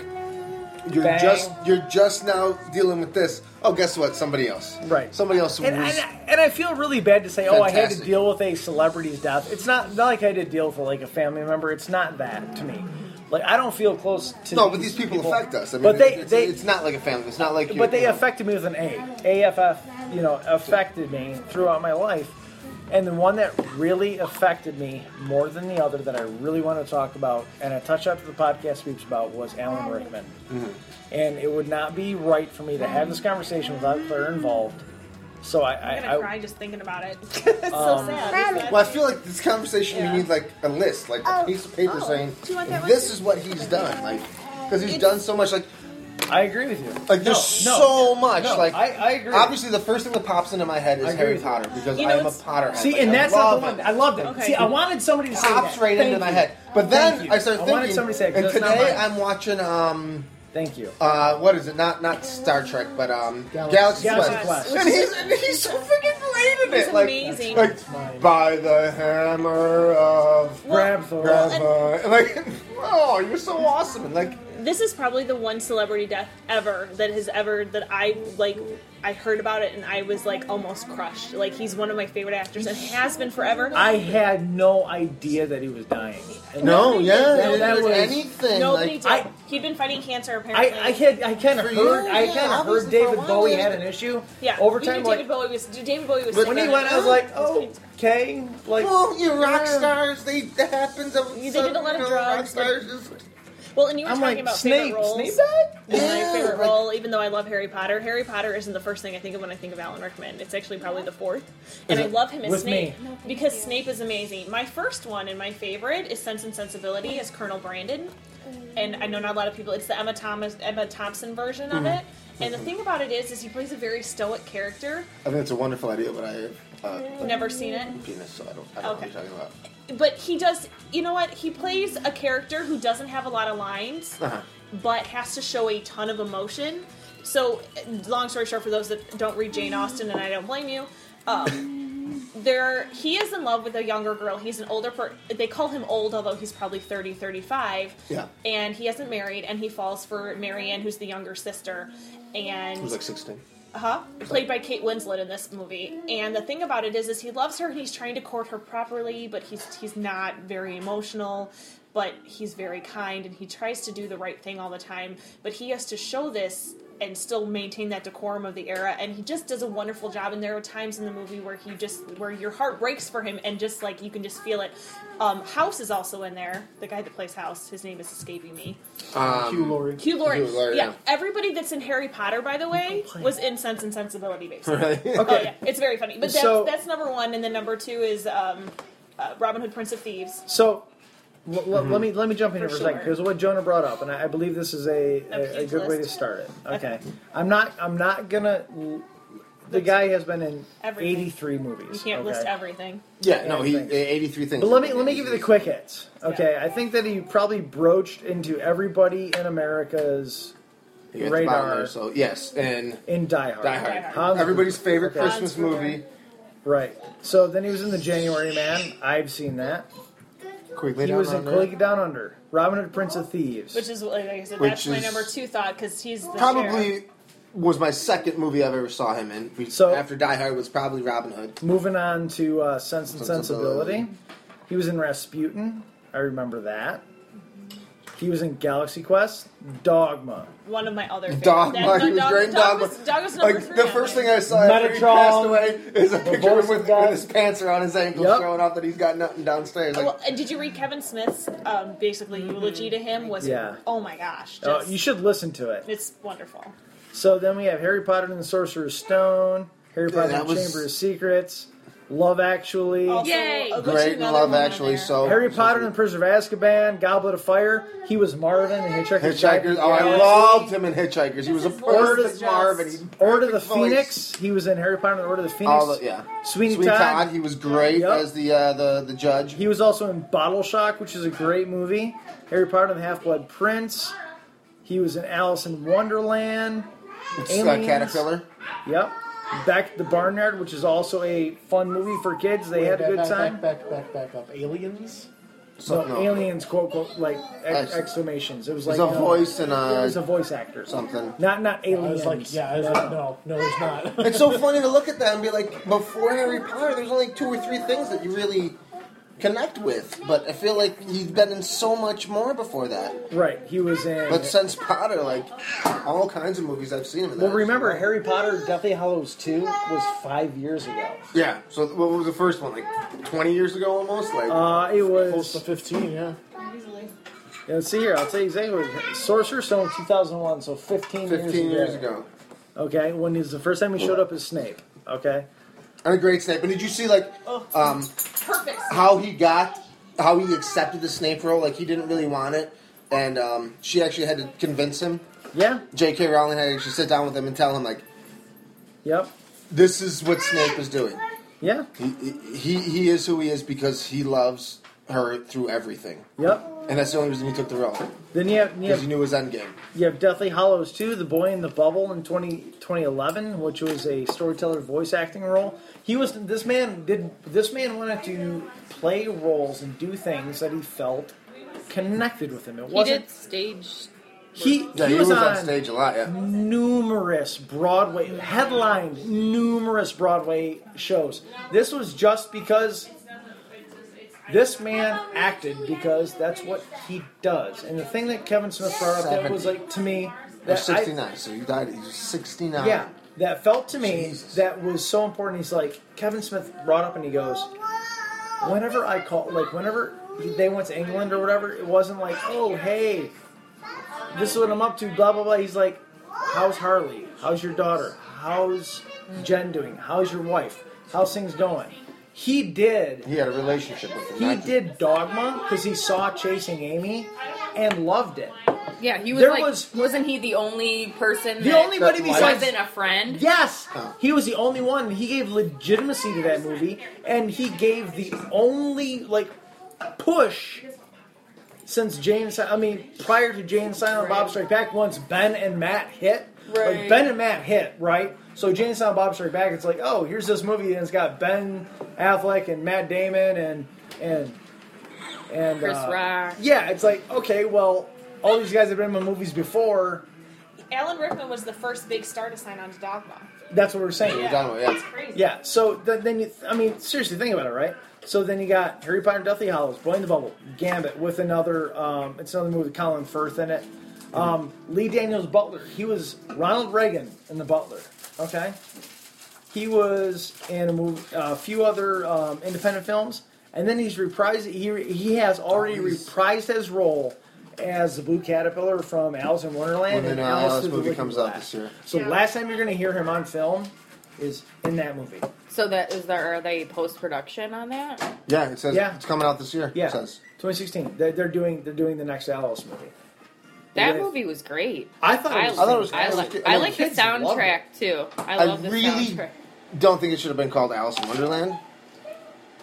[SPEAKER 2] you're
[SPEAKER 3] Bang.
[SPEAKER 2] just you're just now dealing with this. Oh, guess what? Somebody else.
[SPEAKER 3] Right.
[SPEAKER 2] Somebody else.
[SPEAKER 3] And,
[SPEAKER 2] was-
[SPEAKER 3] and, and I feel really bad to say, oh, I had to
[SPEAKER 2] Fantastic.
[SPEAKER 3] deal with a celebrity's death. It's not, not like I had to deal with like a family member. It's not that to me. Like I don't feel close to.
[SPEAKER 2] no, but these people, affect us. I mean,
[SPEAKER 3] but they,
[SPEAKER 2] it's,
[SPEAKER 3] they
[SPEAKER 2] it's not like a family. It's not like. you-
[SPEAKER 3] but they
[SPEAKER 2] you know,
[SPEAKER 3] affected me with an A. AFF, you know, affected me throughout my life. And the one that really affected me more than the other that I really want to talk about, and I touched after the podcast speaks about, was Alan Rickman.
[SPEAKER 2] Mm-hmm.
[SPEAKER 3] And it would not be right for me to have this conversation without Claire involved. So I, I,
[SPEAKER 6] I'm gonna
[SPEAKER 3] I Um,
[SPEAKER 6] cry just thinking about it. it's so sad. It's sad.
[SPEAKER 2] Well, I feel like this conversation
[SPEAKER 6] Yeah. Oh.
[SPEAKER 2] we need like a list, like a piece of paper saying
[SPEAKER 6] Do you want that one?
[SPEAKER 2] this is what he's done, like because he's done so much. Like,
[SPEAKER 3] I agree with you.
[SPEAKER 2] like there's so much.
[SPEAKER 3] no,
[SPEAKER 2] like,
[SPEAKER 3] I- I agree.
[SPEAKER 2] Obviously, the first thing that pops into my head
[SPEAKER 3] I
[SPEAKER 2] is
[SPEAKER 3] agree
[SPEAKER 2] Harry
[SPEAKER 3] with you.
[SPEAKER 2] Potter because
[SPEAKER 6] You
[SPEAKER 2] I
[SPEAKER 6] know,
[SPEAKER 2] am a
[SPEAKER 6] it's-
[SPEAKER 2] Potter.
[SPEAKER 3] See, and that's not the one. I loved it.
[SPEAKER 6] Okay.
[SPEAKER 3] See, I wanted somebody to say
[SPEAKER 2] Pops
[SPEAKER 3] that.
[SPEAKER 2] right
[SPEAKER 3] Thank
[SPEAKER 2] into my
[SPEAKER 3] you.
[SPEAKER 2] head, but then
[SPEAKER 3] Thank you.
[SPEAKER 2] I started
[SPEAKER 3] I
[SPEAKER 2] thinking.
[SPEAKER 3] wanted somebody to say it, 'cause
[SPEAKER 2] and
[SPEAKER 3] that's not
[SPEAKER 2] today
[SPEAKER 3] mine.
[SPEAKER 2] I'm watching um
[SPEAKER 3] Thank you.
[SPEAKER 2] uh what is it? Not not Star Trek, but um
[SPEAKER 3] Galaxy-
[SPEAKER 2] Galaxy,
[SPEAKER 3] Galaxy
[SPEAKER 2] Quest.
[SPEAKER 3] Quest.
[SPEAKER 2] And he's and he's so freaking great in it.
[SPEAKER 6] He's
[SPEAKER 2] like,
[SPEAKER 6] amazing.
[SPEAKER 2] Like,
[SPEAKER 3] mine.
[SPEAKER 2] by the hammer of
[SPEAKER 6] Well,
[SPEAKER 3] Grab Thor.
[SPEAKER 6] well, and
[SPEAKER 2] Grandpa. And like, oh, you're so awesome. And like,
[SPEAKER 6] this is probably the one celebrity death ever that has ever that I like. I heard about it and I was like almost crushed. Like he's one of my favorite actors and has been forever.
[SPEAKER 3] I had no idea that he was dying. And
[SPEAKER 2] no, yeah,
[SPEAKER 3] that-
[SPEAKER 2] it
[SPEAKER 3] that
[SPEAKER 2] was
[SPEAKER 3] was-
[SPEAKER 2] anything.
[SPEAKER 6] Nobody
[SPEAKER 2] like,
[SPEAKER 6] did.
[SPEAKER 3] I-
[SPEAKER 6] He'd been fighting cancer apparently.
[SPEAKER 3] I, I had I kind of
[SPEAKER 2] For
[SPEAKER 3] heard
[SPEAKER 2] you?
[SPEAKER 3] I
[SPEAKER 2] Yeah,
[SPEAKER 3] kind of heard
[SPEAKER 2] obviously for a
[SPEAKER 3] David
[SPEAKER 2] while,
[SPEAKER 3] Bowie
[SPEAKER 2] yeah.
[SPEAKER 3] had an issue.
[SPEAKER 6] yeah.
[SPEAKER 3] Over
[SPEAKER 6] we knew
[SPEAKER 3] time,
[SPEAKER 6] David
[SPEAKER 3] like
[SPEAKER 6] Bowie was David Bowie was.
[SPEAKER 2] But
[SPEAKER 3] when
[SPEAKER 6] sick
[SPEAKER 3] he
[SPEAKER 6] then.
[SPEAKER 3] went, I was like,
[SPEAKER 6] It's
[SPEAKER 3] oh,
[SPEAKER 6] cancer.
[SPEAKER 3] okay, like
[SPEAKER 2] well, you rock
[SPEAKER 3] yeah.
[SPEAKER 2] stars. They that happens.
[SPEAKER 6] They did a lot of drugs,
[SPEAKER 2] Rock
[SPEAKER 6] like-
[SPEAKER 2] stars is,
[SPEAKER 6] Well, and you were
[SPEAKER 3] I'm
[SPEAKER 6] talking
[SPEAKER 3] like
[SPEAKER 6] about
[SPEAKER 3] Snape.
[SPEAKER 6] favorite roles.
[SPEAKER 3] Snape died.
[SPEAKER 6] And
[SPEAKER 2] Yeah,
[SPEAKER 6] my favorite
[SPEAKER 2] like-
[SPEAKER 6] role, even though I love Harry Potter, Harry Potter isn't the first thing I think of when I think of Alan Rickman. It's actually probably the fourth. And I love him as
[SPEAKER 3] With
[SPEAKER 6] Snape
[SPEAKER 3] me.
[SPEAKER 6] because Snape is amazing. My first one and my favorite is Sense and Sensibility as Colonel Brandon. And I know not a lot of people. It's the Emma Thomas, Emma Thompson version
[SPEAKER 3] Mm-hmm.
[SPEAKER 6] of it. And the thing about it is, is he plays a very stoic character.
[SPEAKER 2] I think it's a wonderful idea, but I have uh,
[SPEAKER 6] Never seen it.
[SPEAKER 2] penis, so I don't. I don't know
[SPEAKER 6] Okay.
[SPEAKER 2] what you're talking about.
[SPEAKER 6] but he does you know what he plays a character who doesn't have a lot of lines
[SPEAKER 2] Uh-huh.
[SPEAKER 6] but has to show a ton of emotion so long story short for those that don't read jane austen and i don't blame you um, there he is in love with a younger girl he's an older per- they call him old although he's probably 30 35
[SPEAKER 2] Yeah.
[SPEAKER 6] and he hasn't married and he falls for marianne who's the younger sister and
[SPEAKER 2] It was like 16.
[SPEAKER 6] uh-huh. Played by Kate Winslet in this movie. And the thing about it is is he loves her and he's trying to court her properly, but he's he's not very emotional, but he's very kind and he tries to do the right thing all the time, but he has to show this and still maintain that decorum of the era and he just does a wonderful job and there are times in the movie where he just where your heart breaks for him and just like you can just feel it um, house is also in there the guy that plays house his name is escaping me
[SPEAKER 2] Um,
[SPEAKER 5] Hugh Laurie.
[SPEAKER 6] Hugh Laurie.
[SPEAKER 2] Hugh Laurie,
[SPEAKER 6] yeah.
[SPEAKER 2] yeah.
[SPEAKER 6] everybody that's in Harry Potter, by the way, was in Sense and Sensibility, basically.
[SPEAKER 2] Really?
[SPEAKER 6] Oh yeah, it's very funny. But that's,
[SPEAKER 3] So-
[SPEAKER 6] that's number one, and then number two is um, uh, Robin Hood, Prince of Thieves.
[SPEAKER 3] So l- l-
[SPEAKER 2] Mm-hmm.
[SPEAKER 3] let me let me jump in
[SPEAKER 6] For
[SPEAKER 3] here for a second
[SPEAKER 6] sure.
[SPEAKER 3] because what Jonah brought up, and I, I believe this is a, a, a
[SPEAKER 6] huge
[SPEAKER 3] good way to
[SPEAKER 6] list.
[SPEAKER 3] start it. Okay,
[SPEAKER 6] Okay.
[SPEAKER 3] I'm not I'm not gonna. The guy has been in
[SPEAKER 6] Everything.
[SPEAKER 3] 83 movies.
[SPEAKER 6] You can't
[SPEAKER 3] okay?
[SPEAKER 6] list everything.
[SPEAKER 2] Yeah, no, he
[SPEAKER 3] Thanks.
[SPEAKER 2] eighty three things.
[SPEAKER 3] But let me let me give you the quick hits. Okay, I think that he probably broached into everybody in America's
[SPEAKER 2] You got the bottom
[SPEAKER 3] radar.
[SPEAKER 2] there, so yes, and
[SPEAKER 3] in Die Hard.
[SPEAKER 2] Die
[SPEAKER 6] Hard.
[SPEAKER 2] Hard,
[SPEAKER 3] Hans-
[SPEAKER 2] everybody's favorite
[SPEAKER 3] okay.
[SPEAKER 2] Christmas
[SPEAKER 6] Hans Gruber.
[SPEAKER 2] movie.
[SPEAKER 3] Right. So then he was in the January Man. I've seen that.
[SPEAKER 2] Quickly
[SPEAKER 3] He
[SPEAKER 2] down
[SPEAKER 3] was in
[SPEAKER 2] on there.
[SPEAKER 3] Quake Down Under, Robin Hood, Prince of Thieves.
[SPEAKER 6] Which is like I said,
[SPEAKER 2] Which
[SPEAKER 6] that's my
[SPEAKER 2] is
[SPEAKER 6] number two thought because he's the sheriff.
[SPEAKER 2] probably was my second movie I ever saw him in. We-
[SPEAKER 3] So-
[SPEAKER 2] after Die Hard was probably Robin Hood.
[SPEAKER 3] Moving on to uh, Sense and
[SPEAKER 2] Sensibility.
[SPEAKER 3] Sensibility. He was in Rasputin. I remember that. He was in Galaxy Quest, Dogma,
[SPEAKER 6] one of my other favorites.
[SPEAKER 2] Dogma,
[SPEAKER 6] That-
[SPEAKER 2] he was
[SPEAKER 6] Dog-
[SPEAKER 2] great in
[SPEAKER 6] Dog
[SPEAKER 2] Dogma.
[SPEAKER 6] was- Dog was number
[SPEAKER 2] like
[SPEAKER 6] three
[SPEAKER 2] the
[SPEAKER 6] on
[SPEAKER 2] first
[SPEAKER 6] there.
[SPEAKER 2] thing I saw after he passed
[SPEAKER 3] Metatron,
[SPEAKER 2] away is a picture
[SPEAKER 3] voice
[SPEAKER 2] with, with
[SPEAKER 3] guy.
[SPEAKER 2] his pants around his ankles
[SPEAKER 3] Yep.
[SPEAKER 2] showing off that he's got nothing downstairs. Like, Mm-hmm.
[SPEAKER 6] Well, and did you read Kevin Smith's um, basically eulogy to him? Was
[SPEAKER 3] Yeah.
[SPEAKER 6] oh my gosh,
[SPEAKER 3] Uh,
[SPEAKER 6] just-
[SPEAKER 3] you should listen to it.
[SPEAKER 6] it's wonderful.
[SPEAKER 3] So then we have Harry Potter and the Sorcerer's Stone, Harry
[SPEAKER 2] Yeah,
[SPEAKER 3] Potter
[SPEAKER 2] that
[SPEAKER 3] and the
[SPEAKER 2] was-
[SPEAKER 3] Chamber of Secrets, Love Actually,
[SPEAKER 5] Oh,
[SPEAKER 6] Also,
[SPEAKER 4] Yay.
[SPEAKER 6] a good
[SPEAKER 2] great in
[SPEAKER 6] another
[SPEAKER 2] Love
[SPEAKER 6] one on
[SPEAKER 2] Actually.
[SPEAKER 6] there.
[SPEAKER 2] So
[SPEAKER 3] Harry
[SPEAKER 2] so
[SPEAKER 3] Potter and
[SPEAKER 2] good.
[SPEAKER 3] the Prisoner of Azkaban, Goblet of Fire. He was Marvin in Hitchhiker's Guide to
[SPEAKER 2] Hitchhikers.
[SPEAKER 3] the
[SPEAKER 2] Oh, I
[SPEAKER 3] Galaxy.
[SPEAKER 2] loved him in Hitchhikers. He was a
[SPEAKER 6] His voice is
[SPEAKER 2] perfect
[SPEAKER 6] just-
[SPEAKER 2] Marvin. He-
[SPEAKER 3] Order of the
[SPEAKER 2] perfect voice.
[SPEAKER 3] Phoenix. He was in Harry Potter and the Order of the Phoenix.
[SPEAKER 2] All the, yeah.
[SPEAKER 3] Sweeney
[SPEAKER 2] Sweeney
[SPEAKER 3] Todd.
[SPEAKER 2] Todd. He was great
[SPEAKER 3] Yep.
[SPEAKER 2] as the uh, the the judge.
[SPEAKER 3] He was also in Bottle Shock, which is a great movie. Harry Potter and the Half Blood Prince. He was in Alice in Wonderland.
[SPEAKER 2] It's, uh,
[SPEAKER 3] Aliens.
[SPEAKER 2] caterpillar.
[SPEAKER 3] Yep. Back to the Barnyard, which is also a fun movie for kids. They had a
[SPEAKER 5] Back-
[SPEAKER 3] good
[SPEAKER 5] back,
[SPEAKER 3] time.
[SPEAKER 5] Back, back, back, back up. Aliens.
[SPEAKER 3] So
[SPEAKER 2] no.
[SPEAKER 3] aliens, quote, quote, like ex-
[SPEAKER 2] That's-
[SPEAKER 3] exclamations. It was like uh,
[SPEAKER 2] There's a voice and
[SPEAKER 3] It was a
[SPEAKER 2] a
[SPEAKER 3] voice actor.
[SPEAKER 2] something.
[SPEAKER 3] Not not
[SPEAKER 5] I
[SPEAKER 3] aliens.
[SPEAKER 5] was like, yeah, I was like, no, no, there's not.
[SPEAKER 2] It's so funny to look at that and be like, before Harry Potter, there's only two or three things that you really connect with. But I feel like he's been in so much more before that.
[SPEAKER 3] Right. He was in.
[SPEAKER 2] But since Potter, like all kinds of movies I've seen him in.
[SPEAKER 3] well,
[SPEAKER 2] that.
[SPEAKER 3] remember Harry Potter: Deathly Hallows Two was five years ago.
[SPEAKER 2] Yeah. So what was the first one? Like 20 years ago, almost. Like
[SPEAKER 3] Uh, it
[SPEAKER 5] Close to
[SPEAKER 3] was.
[SPEAKER 5] fifteen, yeah.
[SPEAKER 6] Easily.
[SPEAKER 3] Yeah, let's see here. I'll tell you exactly. What it was. Sorcerer's Stone, two thousand one. So fifteen.
[SPEAKER 2] 15 years ago.
[SPEAKER 3] Okay, when is the first time he showed up as Snape? Okay,
[SPEAKER 2] And a great Snape. And did you see like um,
[SPEAKER 6] Perfect.
[SPEAKER 2] how he got how he accepted the Snape role? Like he didn't really want it, and um, she actually had to convince him.
[SPEAKER 3] yeah,
[SPEAKER 2] J.K. Rowling had to actually sit down with him and tell him like,
[SPEAKER 3] yep,
[SPEAKER 2] this is what Snape is doing.
[SPEAKER 3] yeah,
[SPEAKER 2] He he, he is who he is because he loves her through everything,
[SPEAKER 3] yep.
[SPEAKER 2] and that's the only reason he took the role
[SPEAKER 3] Then you have you
[SPEAKER 2] because
[SPEAKER 3] have,
[SPEAKER 2] he knew his end game.
[SPEAKER 3] you have Deathly Hollows 2, The Boy in the Bubble in 20, 2011, which was a storyteller voice acting role. He was this man did this man wanted to play roles and do things that he felt connected with him. It
[SPEAKER 4] He
[SPEAKER 3] wasn't
[SPEAKER 4] did stage.
[SPEAKER 3] he he,
[SPEAKER 2] Yeah, he,
[SPEAKER 3] was, on,
[SPEAKER 2] stage a lot. Yeah,
[SPEAKER 3] numerous Broadway headlined numerous Broadway shows. This was just because this man acted because that's what he does. And the thing that Kevin Smith brought up that was like to me
[SPEAKER 2] He
[SPEAKER 3] that
[SPEAKER 2] was
[SPEAKER 3] I-
[SPEAKER 2] 69, so he died. He was 69.
[SPEAKER 3] yeah, that felt to me
[SPEAKER 2] Jesus.
[SPEAKER 3] that was so important. He's like Kevin Smith brought up, and he goes, "Whenever I call, like whenever they went to England or whatever, it wasn't like, oh hey, this is what I'm up to, blah blah blah." He's like, "How's Harley? How's your daughter? How's Jen doing? How's your wife? How's things going?" He did
[SPEAKER 2] he had a relationship with him.
[SPEAKER 3] he
[SPEAKER 2] not-
[SPEAKER 3] did Dogma because he saw Chasing Amy and loved it.
[SPEAKER 4] Yeah, he was
[SPEAKER 3] There
[SPEAKER 4] like.
[SPEAKER 3] was-
[SPEAKER 4] Was, wasn't he the only person?
[SPEAKER 3] The
[SPEAKER 4] that
[SPEAKER 3] only buddy besides
[SPEAKER 4] wasn't a friend.
[SPEAKER 3] Yes,
[SPEAKER 4] Uh-huh.
[SPEAKER 2] Oh.
[SPEAKER 3] he was the only one. He gave legitimacy to that movie, and he gave the only like push since Jane. Si- I mean, prior to Jane Silent Bob Strike Back, once Ben and Matt hit, like
[SPEAKER 4] Right.
[SPEAKER 3] Ben and Matt hit, right? So Jane Silent Bob Strike Back, it's like, oh, here's this movie, and it's got Ben Affleck and Matt Damon and and and
[SPEAKER 4] Chris
[SPEAKER 3] uh,
[SPEAKER 4] Rock.
[SPEAKER 3] Yeah, it's like okay, well, all these guys have been in my movies before.
[SPEAKER 6] Alan Rickman was the first big star to sign on to Dogma.
[SPEAKER 3] That's what we're saying.
[SPEAKER 2] Yeah. Dogma, yeah.
[SPEAKER 6] That's crazy.
[SPEAKER 3] Yeah. So th- then you, I mean, seriously, think about it, right? So then you got Harry Potter, and Deathly Hollows, Boy in the Bubble, Gambit with another. Um, it's another movie with Colin Firth in it. Um, Lee Daniels Butler. He was Ronald Reagan in The Butler. Okay. He was in a movie, a few other um, independent films, and then he's reprised. He he has already reprised his role as the Blue Caterpillar from Alice in Wonderland.
[SPEAKER 2] When
[SPEAKER 3] and
[SPEAKER 2] the
[SPEAKER 3] Alice
[SPEAKER 2] Alice
[SPEAKER 3] Through the
[SPEAKER 2] movie
[SPEAKER 3] Looking
[SPEAKER 2] comes out
[SPEAKER 3] Glass.
[SPEAKER 2] this year.
[SPEAKER 3] So last time you're going to hear him on film is in that movie.
[SPEAKER 4] So that is there are they post production on that?
[SPEAKER 2] Yeah, it says
[SPEAKER 3] Yeah.
[SPEAKER 2] it's coming out this year.
[SPEAKER 3] Yeah,
[SPEAKER 2] It says.
[SPEAKER 3] 2016. They're, they're doing they're doing the next Alice movie.
[SPEAKER 4] That
[SPEAKER 3] Yeah.
[SPEAKER 4] movie was great.
[SPEAKER 3] I thought it was-
[SPEAKER 2] I thought it was-
[SPEAKER 4] I,
[SPEAKER 2] I
[SPEAKER 4] like,
[SPEAKER 2] was-
[SPEAKER 4] I
[SPEAKER 2] I
[SPEAKER 4] like the
[SPEAKER 2] mean, kids love
[SPEAKER 4] soundtrack too. I
[SPEAKER 2] I
[SPEAKER 4] love the
[SPEAKER 2] really-
[SPEAKER 4] soundtrack.
[SPEAKER 2] Don't think it should have been called Alice in Wonderland.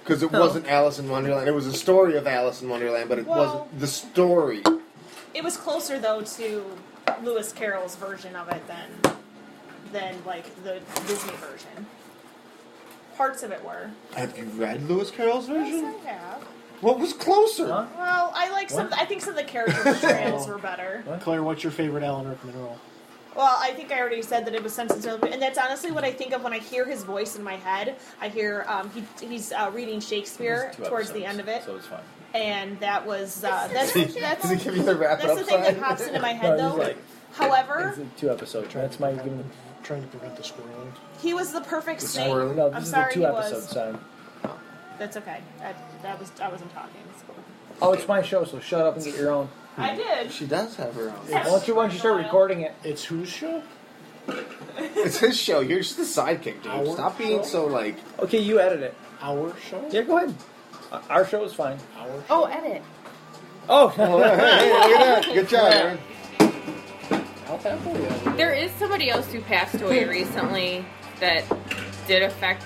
[SPEAKER 2] Because
[SPEAKER 5] Oh.
[SPEAKER 2] it wasn't Alice in Wonderland. It was a story of Alice in Wonderland, but it
[SPEAKER 6] Well-
[SPEAKER 2] wasn't the story.
[SPEAKER 6] It was closer though to Lewis Carroll's version of it than than like the Disney version. Parts of it were.
[SPEAKER 2] Have you read Lewis Carroll's
[SPEAKER 6] Yes,
[SPEAKER 2] version?
[SPEAKER 6] I have.
[SPEAKER 2] What was closer?
[SPEAKER 3] Huh?
[SPEAKER 6] Well, I like some.
[SPEAKER 3] What?
[SPEAKER 6] I think some of the character portrayals were better.
[SPEAKER 5] Claire, what's your favorite Alan Rickman role?
[SPEAKER 6] Well, I think I already said that it was Sense and Sensibility, and that's honestly what I think of when I hear his voice in my head. I hear um, he, he's uh, reading Shakespeare
[SPEAKER 7] It's two
[SPEAKER 6] towards
[SPEAKER 7] episodes,
[SPEAKER 6] the end of it,
[SPEAKER 7] So it's fine.
[SPEAKER 6] and that was uh, that's
[SPEAKER 2] Does he-
[SPEAKER 6] that's,
[SPEAKER 2] Does he give you the wrap it
[SPEAKER 6] that's
[SPEAKER 2] up
[SPEAKER 6] the thing that
[SPEAKER 2] sign?
[SPEAKER 6] pops into my
[SPEAKER 3] No,
[SPEAKER 6] head
[SPEAKER 3] he's
[SPEAKER 6] though.
[SPEAKER 3] like-
[SPEAKER 6] However,
[SPEAKER 3] It's a two episode. That's my given.
[SPEAKER 5] Trying to prevent the squirreling.
[SPEAKER 6] he was the perfect snake.
[SPEAKER 2] squirrel?
[SPEAKER 3] No, this
[SPEAKER 6] I'm
[SPEAKER 3] is
[SPEAKER 6] sorry,
[SPEAKER 3] a two
[SPEAKER 6] he
[SPEAKER 3] episode
[SPEAKER 6] was.
[SPEAKER 3] sign.
[SPEAKER 6] That's okay. I, that was I wasn't talking. It's cool.
[SPEAKER 3] Oh, it's my show, so shut up and get your own.
[SPEAKER 6] I did.
[SPEAKER 2] She does have her own.
[SPEAKER 3] Why don't you, why don't you start recording it?
[SPEAKER 5] It's whose show?
[SPEAKER 2] It's his show. You're just the sidekick, dude.
[SPEAKER 5] Our
[SPEAKER 2] Stop being so like.
[SPEAKER 3] Okay, you edit it.
[SPEAKER 5] Our show.
[SPEAKER 3] Yeah, go ahead. Uh, Our show is fine.
[SPEAKER 5] Our.
[SPEAKER 4] Oh, edit.
[SPEAKER 3] Oh,
[SPEAKER 2] hey, look at that. Good job, Aaron.
[SPEAKER 4] There is somebody else who passed away recently that did affect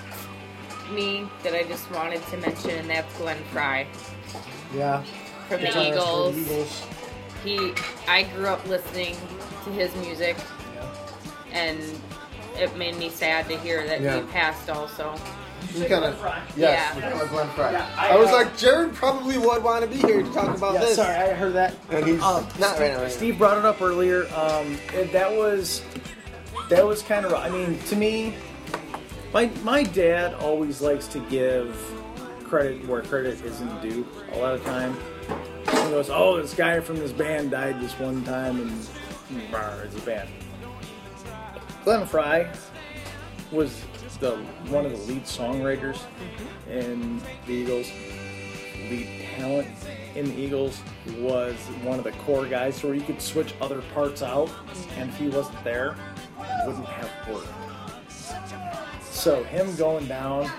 [SPEAKER 4] me that I just wanted to mention, and that's Glenn Fry
[SPEAKER 5] Yeah.
[SPEAKER 4] from
[SPEAKER 5] Guitarist
[SPEAKER 4] the
[SPEAKER 5] for
[SPEAKER 4] Eagles.
[SPEAKER 5] The Eagles.
[SPEAKER 4] He, I grew up listening to his music, and it made me sad to hear that
[SPEAKER 2] Yeah.
[SPEAKER 4] he passed. Also,
[SPEAKER 2] We kind of. Yes, we
[SPEAKER 4] Yeah.
[SPEAKER 2] kinda Glenn Fry.
[SPEAKER 5] Yeah,
[SPEAKER 2] I,
[SPEAKER 5] I,
[SPEAKER 2] was
[SPEAKER 5] uh,
[SPEAKER 2] like, Jared probably would want to be here to talk about
[SPEAKER 5] Yeah,
[SPEAKER 2] this.
[SPEAKER 5] sorry, I heard that.
[SPEAKER 2] And he's
[SPEAKER 3] Um,
[SPEAKER 2] not right now. Right
[SPEAKER 3] Steve brought it up earlier. Um, it- that was that was kind of. I mean, to me, my my dad always likes to give credit where credit isn't due. A lot of time, he goes, "Oh, this guy from this band died this one time," and bar is a band. Glenn Fry was the one of the lead songwriters in the Eagles lead talent in the Eagles was one of the core guys, so where you could switch other parts out, and if he wasn't there, it wouldn't have worked. So him going down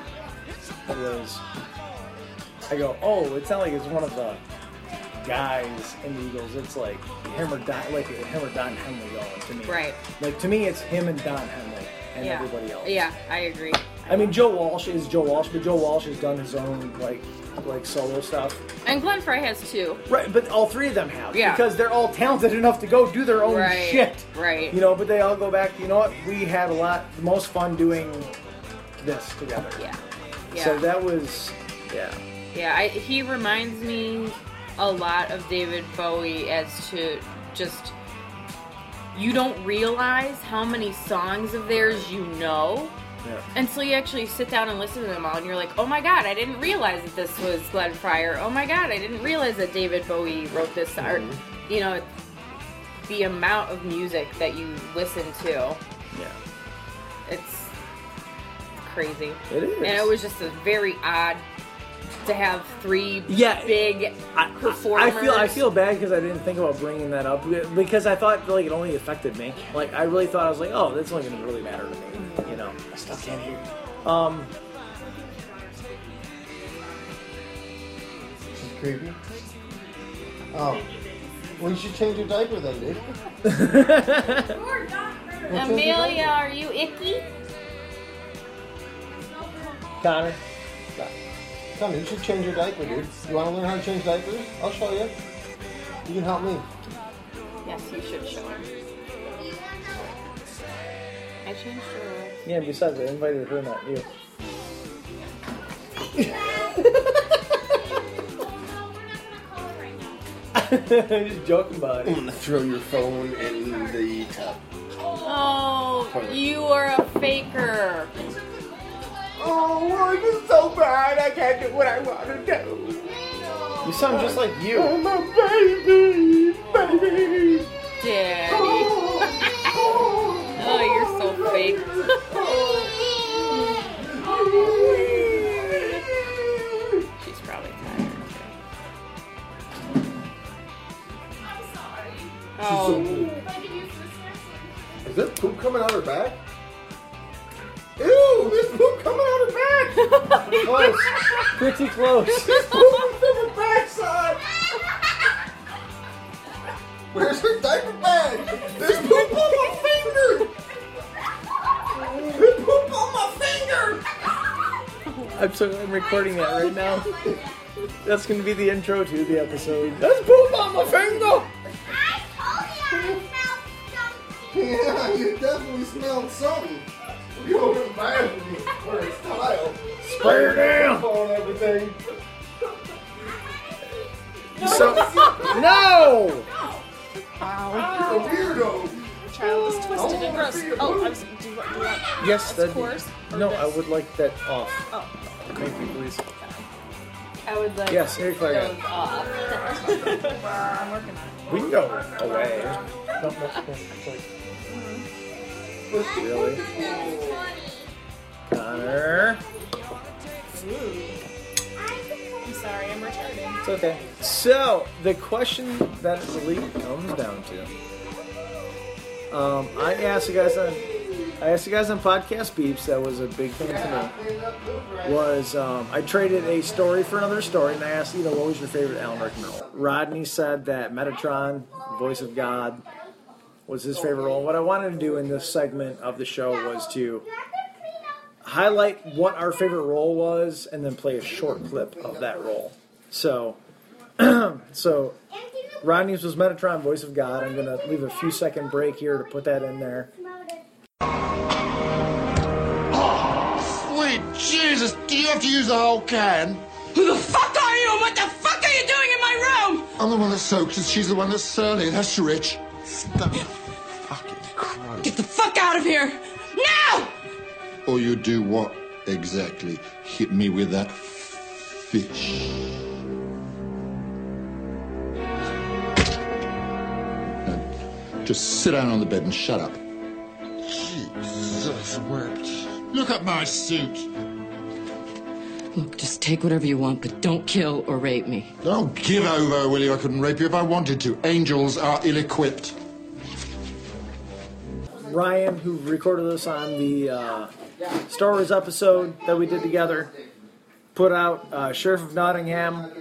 [SPEAKER 3] was, I go, oh, it's not like it's one of the guys in the Eagles. It's like him or Don, like him or Don Henley going to me.
[SPEAKER 4] Right.
[SPEAKER 3] Like to me, it's him and Don Henley and
[SPEAKER 4] yeah,
[SPEAKER 3] everybody else.
[SPEAKER 4] Yeah, I agree.
[SPEAKER 3] I mean, Joe Walsh is Joe Walsh, but Joe Walsh has done his own like like solo stuff.
[SPEAKER 4] And Glenn Fry has two.
[SPEAKER 3] Right, but all three of them have.
[SPEAKER 4] Yeah.
[SPEAKER 3] Because they're all talented enough to go do their own
[SPEAKER 4] Right,
[SPEAKER 3] shit.
[SPEAKER 4] right.
[SPEAKER 3] You know, but they all go back, you know what? We had a lot, the most fun doing this together.
[SPEAKER 4] Yeah, yeah.
[SPEAKER 3] So that was, yeah.
[SPEAKER 4] Yeah, I, he reminds me a lot of David Bowie as to just you don't realize how many songs of theirs you know
[SPEAKER 3] Yeah.
[SPEAKER 4] until you actually sit down and listen to them all and you're like, "Oh my god, I didn't realize that this was Glenn Fryer. Oh my god, I didn't realize that David Bowie wrote this art."
[SPEAKER 3] Mm-hmm.
[SPEAKER 4] You know, the amount of music that you listen to,
[SPEAKER 3] yeah.
[SPEAKER 4] it's crazy.
[SPEAKER 3] It is.
[SPEAKER 4] And it was just a very odd to have three
[SPEAKER 3] Yeah.
[SPEAKER 4] big
[SPEAKER 3] I, I- I
[SPEAKER 4] performers.
[SPEAKER 3] feel I feel bad because I didn't think about bringing that up because I thought like it only affected me. Like I really thought I was like, oh, that's only going to really matter to me, you know.
[SPEAKER 5] I still can't hear. you.
[SPEAKER 3] Um,
[SPEAKER 2] She's creepy. Oh. Well, you should change your diaper then, dude.
[SPEAKER 4] Amelia, are you icky?
[SPEAKER 3] Connor,
[SPEAKER 2] Come on, you should change your diaper, dude. You want to learn how to change diapers? I'll show you. You can help me.
[SPEAKER 4] Yes, you should show her. I changed her.
[SPEAKER 3] yeah. Besides, I invited her, not you. I'm just joking about it.
[SPEAKER 2] gonna throw your phone in the tub.
[SPEAKER 4] Oh, you are a faker.
[SPEAKER 2] Oh, work is so bad. I can't do what I want to do.
[SPEAKER 3] You sound just like you.
[SPEAKER 2] Oh, my baby, baby.
[SPEAKER 4] Daddy. oh, you're so fake. She's probably tired. Oh,
[SPEAKER 2] Is there poop coming out her back? Ew, there's poop coming out her Pretty close.
[SPEAKER 3] Pretty close.
[SPEAKER 2] Diaper bags on. Where's her diaper bag? There's poop on my finger. There's poop on my finger.
[SPEAKER 3] I'm so I'm recording that right now. That's gonna be the intro to the episode. That's poop on my finger.
[SPEAKER 7] I told you I smelled
[SPEAKER 2] Yeah, you definitely smelled something. You over the bathroom where it's tile.
[SPEAKER 3] Spray her down.
[SPEAKER 2] On everything.
[SPEAKER 3] So no.
[SPEAKER 2] You're a weirdo.
[SPEAKER 6] Child is twisted and gross. Oh, I was. Do you want? Do you want
[SPEAKER 3] Yes,
[SPEAKER 6] this
[SPEAKER 3] that.
[SPEAKER 6] course? or
[SPEAKER 3] No,
[SPEAKER 6] this?
[SPEAKER 3] I would like that off.
[SPEAKER 6] Oh.
[SPEAKER 3] Thank you, please.
[SPEAKER 4] I would like
[SPEAKER 3] Yes, here, Claire.
[SPEAKER 4] those off. I'm working on it.
[SPEAKER 3] We can go away. Really? Connor.
[SPEAKER 6] I'm sorry, I'm retarded.
[SPEAKER 3] It's okay. So the question that it really comes down to, um, I asked you guys on, I asked you guys on podcast beeps. That was a big thing to me. Was um, I traded a story for another story, and I asked you know what was your favorite Alan Rickman role? Rodney said that Metatron, voice of God, was his favorite role. What I wanted to do in this segment of the show was to highlight what our favorite role was, and then play a short clip of that role. So, so Rodney's was Metatron, voice of God. I'm gonna leave a few second break here to put that in there.
[SPEAKER 2] Sweet Jesus, do you have to use the whole can?
[SPEAKER 8] Who the fuck are you? and What the fuck are you doing in my room?
[SPEAKER 2] I'm the one that soaks and she's the one that's surly. That's rich. Stop it. Fucking Christ.
[SPEAKER 8] Get the fuck out of here! Now!
[SPEAKER 9] Or you do what exactly? Hit me with that fish. No, just sit down on the bed and shut up. Jesus wept. Look at my suit.
[SPEAKER 8] Look, just take whatever you want, but don't kill or rape me.
[SPEAKER 9] Don't give over, will you? I couldn't rape you if I wanted to. Angels are ill-equipped.
[SPEAKER 3] Ryan, who recorded this on the uh, Star Wars episode that we did together, put out uh, Sheriff of Nottingham.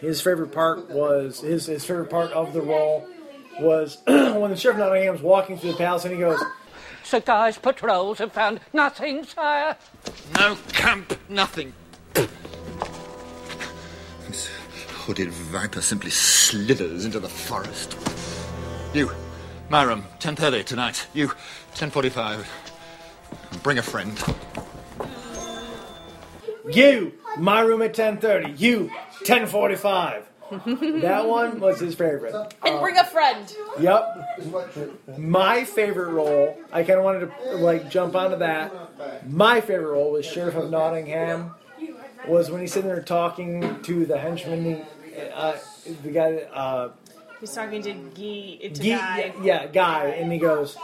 [SPEAKER 3] His favorite part was his his favorite part of the role was when the Sheriff of Nottingham's walking through the palace and he goes,
[SPEAKER 10] Sir Guy's patrols have found nothing, sire.
[SPEAKER 11] No Oh, camp, nothing.
[SPEAKER 9] This hooded viper simply slithers into the forest.
[SPEAKER 11] You, Myram, 10.30 tonight. You, 10.45.
[SPEAKER 9] Bring a friend.
[SPEAKER 3] "You, my room at 10:30. You, 10:45." that one was his favorite.
[SPEAKER 6] And bring a friend.
[SPEAKER 3] Yep. My favorite role, I kind of wanted to like jump onto that. My favorite role was Sheriff of Nottingham. Was when he's sitting there talking to the henchman, uh, the guy, uh,
[SPEAKER 6] He's talking to Guy. To
[SPEAKER 3] Guy,
[SPEAKER 6] Guy.
[SPEAKER 3] yeah, yeah, guy, and he goes,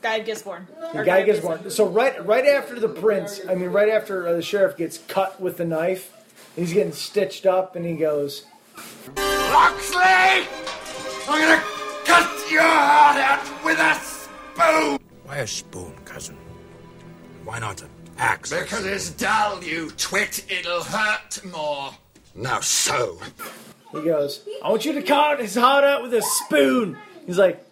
[SPEAKER 6] Guy Gisborne.
[SPEAKER 3] the guy gets one. So right, right after the prince, I mean, right after uh, the sheriff gets cut with the knife, and he's getting stitched up, and he goes,
[SPEAKER 11] Loxley! I'm gonna cut your heart out with a spoon!
[SPEAKER 1] Why a spoon, cousin? Why not an axe?
[SPEAKER 11] Because it's dull, you twit. It'll hurt more.
[SPEAKER 1] Now so.
[SPEAKER 3] He goes, I want you to cut his heart out with a spoon. He's like,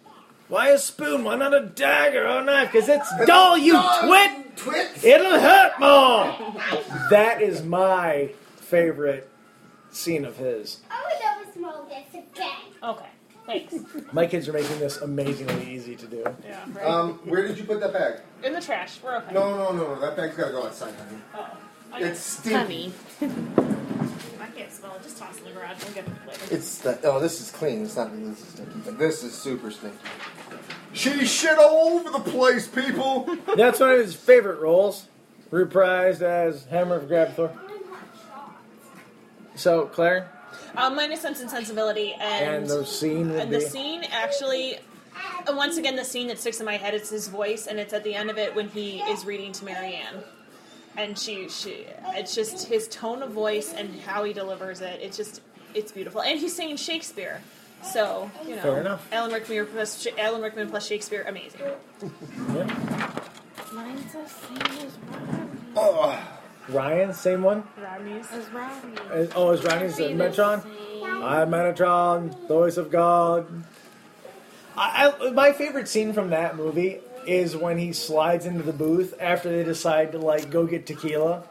[SPEAKER 3] Why a spoon? Why not a dagger or a knife? Because it's dull, you twit!
[SPEAKER 2] Twit.
[SPEAKER 3] It'll hurt more! that is my favorite scene of his.
[SPEAKER 7] I would never smell this again.
[SPEAKER 6] Okay. Thanks.
[SPEAKER 3] My kids are making this amazingly easy to do.
[SPEAKER 6] Yeah, right.
[SPEAKER 2] Um, where did you put that bag?
[SPEAKER 6] In the trash. We're okay.
[SPEAKER 2] No, no, no, no. That bag's gotta go outside, honey. It's stinky.
[SPEAKER 4] Honey.
[SPEAKER 6] I can't smell it. Just toss it in the garage. We'll get it later.
[SPEAKER 2] It's the, oh, this is clean. It's not this is stinky, but this is super stinky. She shit all over the place, people.
[SPEAKER 3] That's one of his favorite roles, reprised as Hammer of Grabthor. So, Claire,
[SPEAKER 6] Um, minus Sense and Sensibility and,
[SPEAKER 3] and the scene would
[SPEAKER 6] and the
[SPEAKER 3] be.
[SPEAKER 6] scene actually. uh, Once again, the scene that sticks in my head is his voice, and it's at the end of it when he is reading to Marianne, and she she. It's just his tone of voice and how he delivers it. It's just it's beautiful, and he's singing Shakespeare. So you know,
[SPEAKER 3] Fair enough.
[SPEAKER 6] Alan Rickman plus Sh- Alan Rickman plus Shakespeare, amazing.
[SPEAKER 3] Yeah.
[SPEAKER 4] Mine's the same as mine.
[SPEAKER 2] Oh,
[SPEAKER 3] Ryan, same one.
[SPEAKER 6] Rodney's.
[SPEAKER 3] Is- Oh, is Rodney's the Metron? I'm Metatron, the voice of God. I, I, my favorite scene from that movie is when he slides into the booth after they decide to like go get tequila.